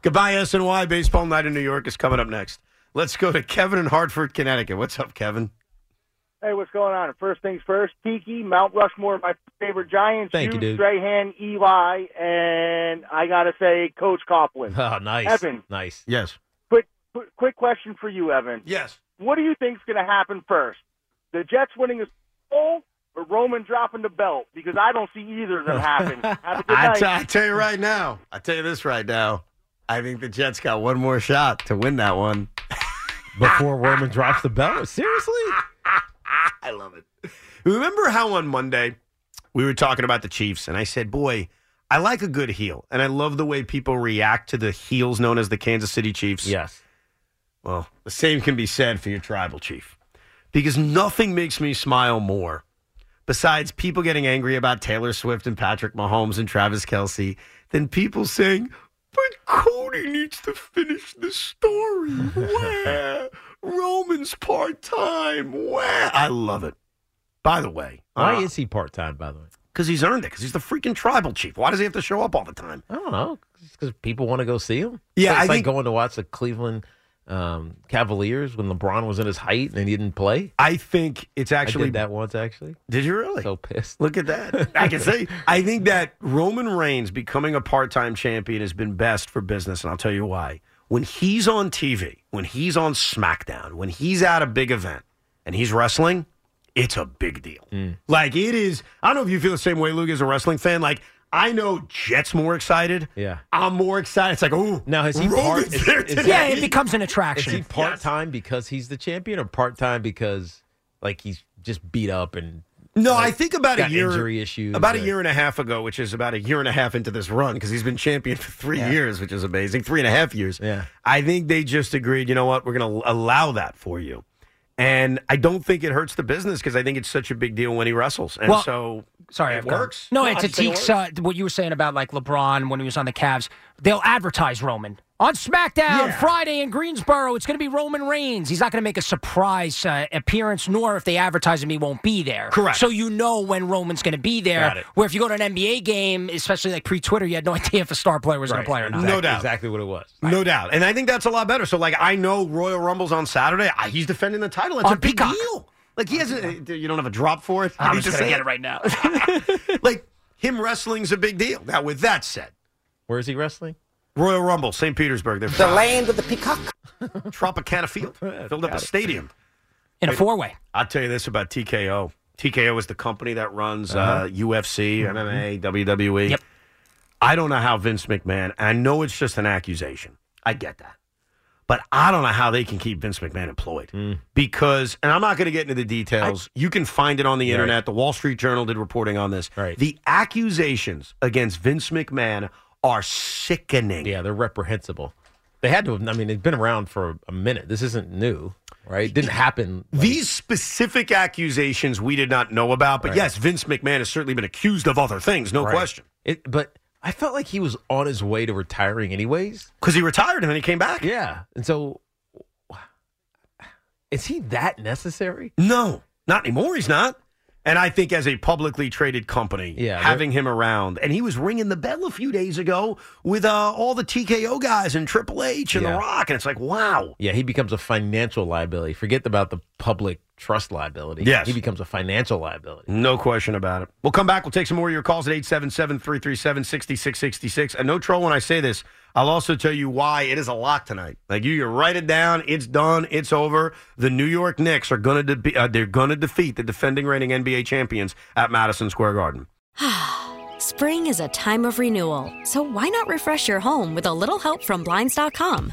[SPEAKER 4] Goodbye, SNY. Baseball Night in New York is coming up next. Let's go to Kevin in Hartford, Connecticut. What's up, Kevin?
[SPEAKER 11] Hey, what's going on? First things first, Tiki, Mount Rushmore, my favorite Giants.
[SPEAKER 5] Thank you, dude.
[SPEAKER 11] Strahan, Eli, and I got to say, Coach Copeland.
[SPEAKER 5] Oh, nice.
[SPEAKER 11] Evan.
[SPEAKER 5] Nice.
[SPEAKER 4] Yes.
[SPEAKER 11] quick, qu- quick question for you, Evan.
[SPEAKER 4] Yes.
[SPEAKER 11] What do you think's going to happen first? The Jets winning the Super Bowl or Roman dropping the belt? Because I don't see either of them happen. Have a good
[SPEAKER 4] I
[SPEAKER 11] night.
[SPEAKER 4] t- I tell you right now. I tell you this right now. I think the Jets got one more shot to win that one.
[SPEAKER 5] before Roman drops the belt. Seriously?
[SPEAKER 4] I love it. Remember how on Monday we were talking about the Chiefs, and I said, "Boy, I like a good heel, and I love the way people react to the heels known as the Kansas City Chiefs."
[SPEAKER 5] Yes.
[SPEAKER 4] Well, the same can be said for your tribal chief, because nothing makes me smile more. Besides people getting angry about Taylor Swift and Patrick Mahomes and Travis Kelsey, than people saying, Cody needs to finish the story. Where? Roman's part time. Where? I love it. By the way,
[SPEAKER 5] Why is he part time? By the way,
[SPEAKER 4] because he's earned it. Because he's the freaking tribal chief. Why does he have to show up all the time?
[SPEAKER 5] I don't know. Because people want to go see him.
[SPEAKER 4] Yeah,
[SPEAKER 5] it's
[SPEAKER 4] I
[SPEAKER 5] like
[SPEAKER 4] think-
[SPEAKER 5] going to watch the Cleveland um, Cavaliers when LeBron was in his height and he didn't play.
[SPEAKER 4] I think it's
[SPEAKER 5] I
[SPEAKER 4] actually-
[SPEAKER 5] did that once. Actually,
[SPEAKER 4] did you really?
[SPEAKER 5] So pissed.
[SPEAKER 4] Look at that. I can see. I think that Roman Reigns becoming a part time champion has been best for business, and I'll tell you why. When he's on TV, when he's on SmackDown, when he's at a big event and he's wrestling, it's a big deal.
[SPEAKER 5] Mm.
[SPEAKER 4] Like, it is. I don't know if you feel the same way, Luke, as a wrestling fan. Like, I know Jet's more excited.
[SPEAKER 5] Yeah.
[SPEAKER 4] I'm more excited. It's like, oh,
[SPEAKER 5] Now is he part?
[SPEAKER 4] Roman's
[SPEAKER 5] Is,
[SPEAKER 4] there
[SPEAKER 5] is
[SPEAKER 4] today.
[SPEAKER 8] Yeah, it becomes an
[SPEAKER 5] Is
[SPEAKER 8] attraction.
[SPEAKER 5] he part time because he's the champion, or part time because like he's just beat up and
[SPEAKER 4] No,
[SPEAKER 5] like,
[SPEAKER 4] I think about a
[SPEAKER 5] got
[SPEAKER 4] year
[SPEAKER 5] injury issues.
[SPEAKER 4] About a
[SPEAKER 5] like-
[SPEAKER 4] year and a half ago, which is about a year and a half into this run, because he's been champion for three years, which is amazing. Three and a half years.
[SPEAKER 5] Yeah.
[SPEAKER 4] I think they just agreed, you know what, we're gonna allow that for you. And I don't think it hurts the business because I think it's such a big deal when he wrestles. And
[SPEAKER 8] Well,
[SPEAKER 4] so
[SPEAKER 8] sorry,
[SPEAKER 4] it
[SPEAKER 8] I've gone.
[SPEAKER 4] works.
[SPEAKER 8] No,
[SPEAKER 4] I
[SPEAKER 8] it's a
[SPEAKER 4] just think it
[SPEAKER 8] teaks,
[SPEAKER 4] works.
[SPEAKER 8] uh, what you were saying about like LeBron when he was on the Cavs. They'll advertise Roman on SmackDown Friday in Greensboro. It's going to be Roman Reigns. He's not going to make a surprise uh, appearance, nor if they advertise him, he won't be there.
[SPEAKER 4] Correct.
[SPEAKER 8] So you know when Roman's going to be
[SPEAKER 5] Got
[SPEAKER 8] there.
[SPEAKER 5] it.
[SPEAKER 8] Where if you go to an NBA game, especially like pre-Twitter, you had no idea if a star player was going
[SPEAKER 5] Right.
[SPEAKER 8] to play or not.
[SPEAKER 4] No doubt.
[SPEAKER 5] exactly what it was.
[SPEAKER 4] No doubt. And I think that's a lot better. So, like, I know Royal Rumble's on Saturday. I, he's defending the title. It's
[SPEAKER 8] On
[SPEAKER 4] a big
[SPEAKER 8] Peacock.
[SPEAKER 4] deal. Like, he hasn't, you don't have a drop for it.
[SPEAKER 8] I'm
[SPEAKER 4] He's
[SPEAKER 8] just
[SPEAKER 4] saying-
[SPEAKER 8] going to get it right now.
[SPEAKER 4] Like, him wrestling's a big deal. Now, with that said,
[SPEAKER 5] Where is he wrestling?
[SPEAKER 4] Royal Rumble, St. Petersburg. They're
[SPEAKER 12] The land of the peacock.
[SPEAKER 4] Tropicana Field. Filled up a stadium.
[SPEAKER 8] in a four-way.
[SPEAKER 4] I'll tell you this about TKO. TKO is the company that runs uh
[SPEAKER 5] Uh-huh. Mm-hmm.
[SPEAKER 4] UFC, MMA, WWE. Yep. E. I don't know how Vince McMahon, I know it's just an accusation. I get that. But I don't know how they can keep Vince McMahon employed
[SPEAKER 5] Mm.
[SPEAKER 4] because, and I'm not going to get into the details. you can find it on the
[SPEAKER 5] Right.
[SPEAKER 4] internet. The Wall Street Journal did reporting on this.
[SPEAKER 5] Right.
[SPEAKER 4] The accusations against Vince McMahon are sickening.
[SPEAKER 5] Yeah, they're reprehensible. They had to have. I mean, it's been around for a minute. This isn't new, right? It didn't happen.
[SPEAKER 4] These specific accusations we did not know about, but
[SPEAKER 5] Right.
[SPEAKER 4] yes, Vince McMahon has certainly been accused of other things, no
[SPEAKER 5] Right.
[SPEAKER 4] question.
[SPEAKER 5] It, but I felt like he was on his way to retiring, anyways.
[SPEAKER 4] Because he retired and then he came back.
[SPEAKER 5] Yeah, and so is he that necessary?
[SPEAKER 4] No, not anymore. He's not. And I think as a publicly traded company,
[SPEAKER 5] Yeah,
[SPEAKER 4] having him around, and he was ringing the bell a few days ago with uh, all the TKO guys and Triple H and
[SPEAKER 5] Yeah.
[SPEAKER 4] The Rock, and it's like, wow.
[SPEAKER 5] Yeah, he becomes a financial liability. Forget about the public trust liability.
[SPEAKER 4] Yes.
[SPEAKER 5] he becomes a financial liability.
[SPEAKER 4] No question about it. We'll come back. We'll take some more of your calls at 877 337 6666. And no troll when I say this. I'll also tell you why it is a lock tonight. Like you, you write it down. It's done. It's over. The New York Knicks are gonna de- uh, they're gonna defeat the defending reigning NBA champions at Madison Square Garden.
[SPEAKER 1] Spring is a time of renewal, so why not refresh your home with a little help from Blinds.com?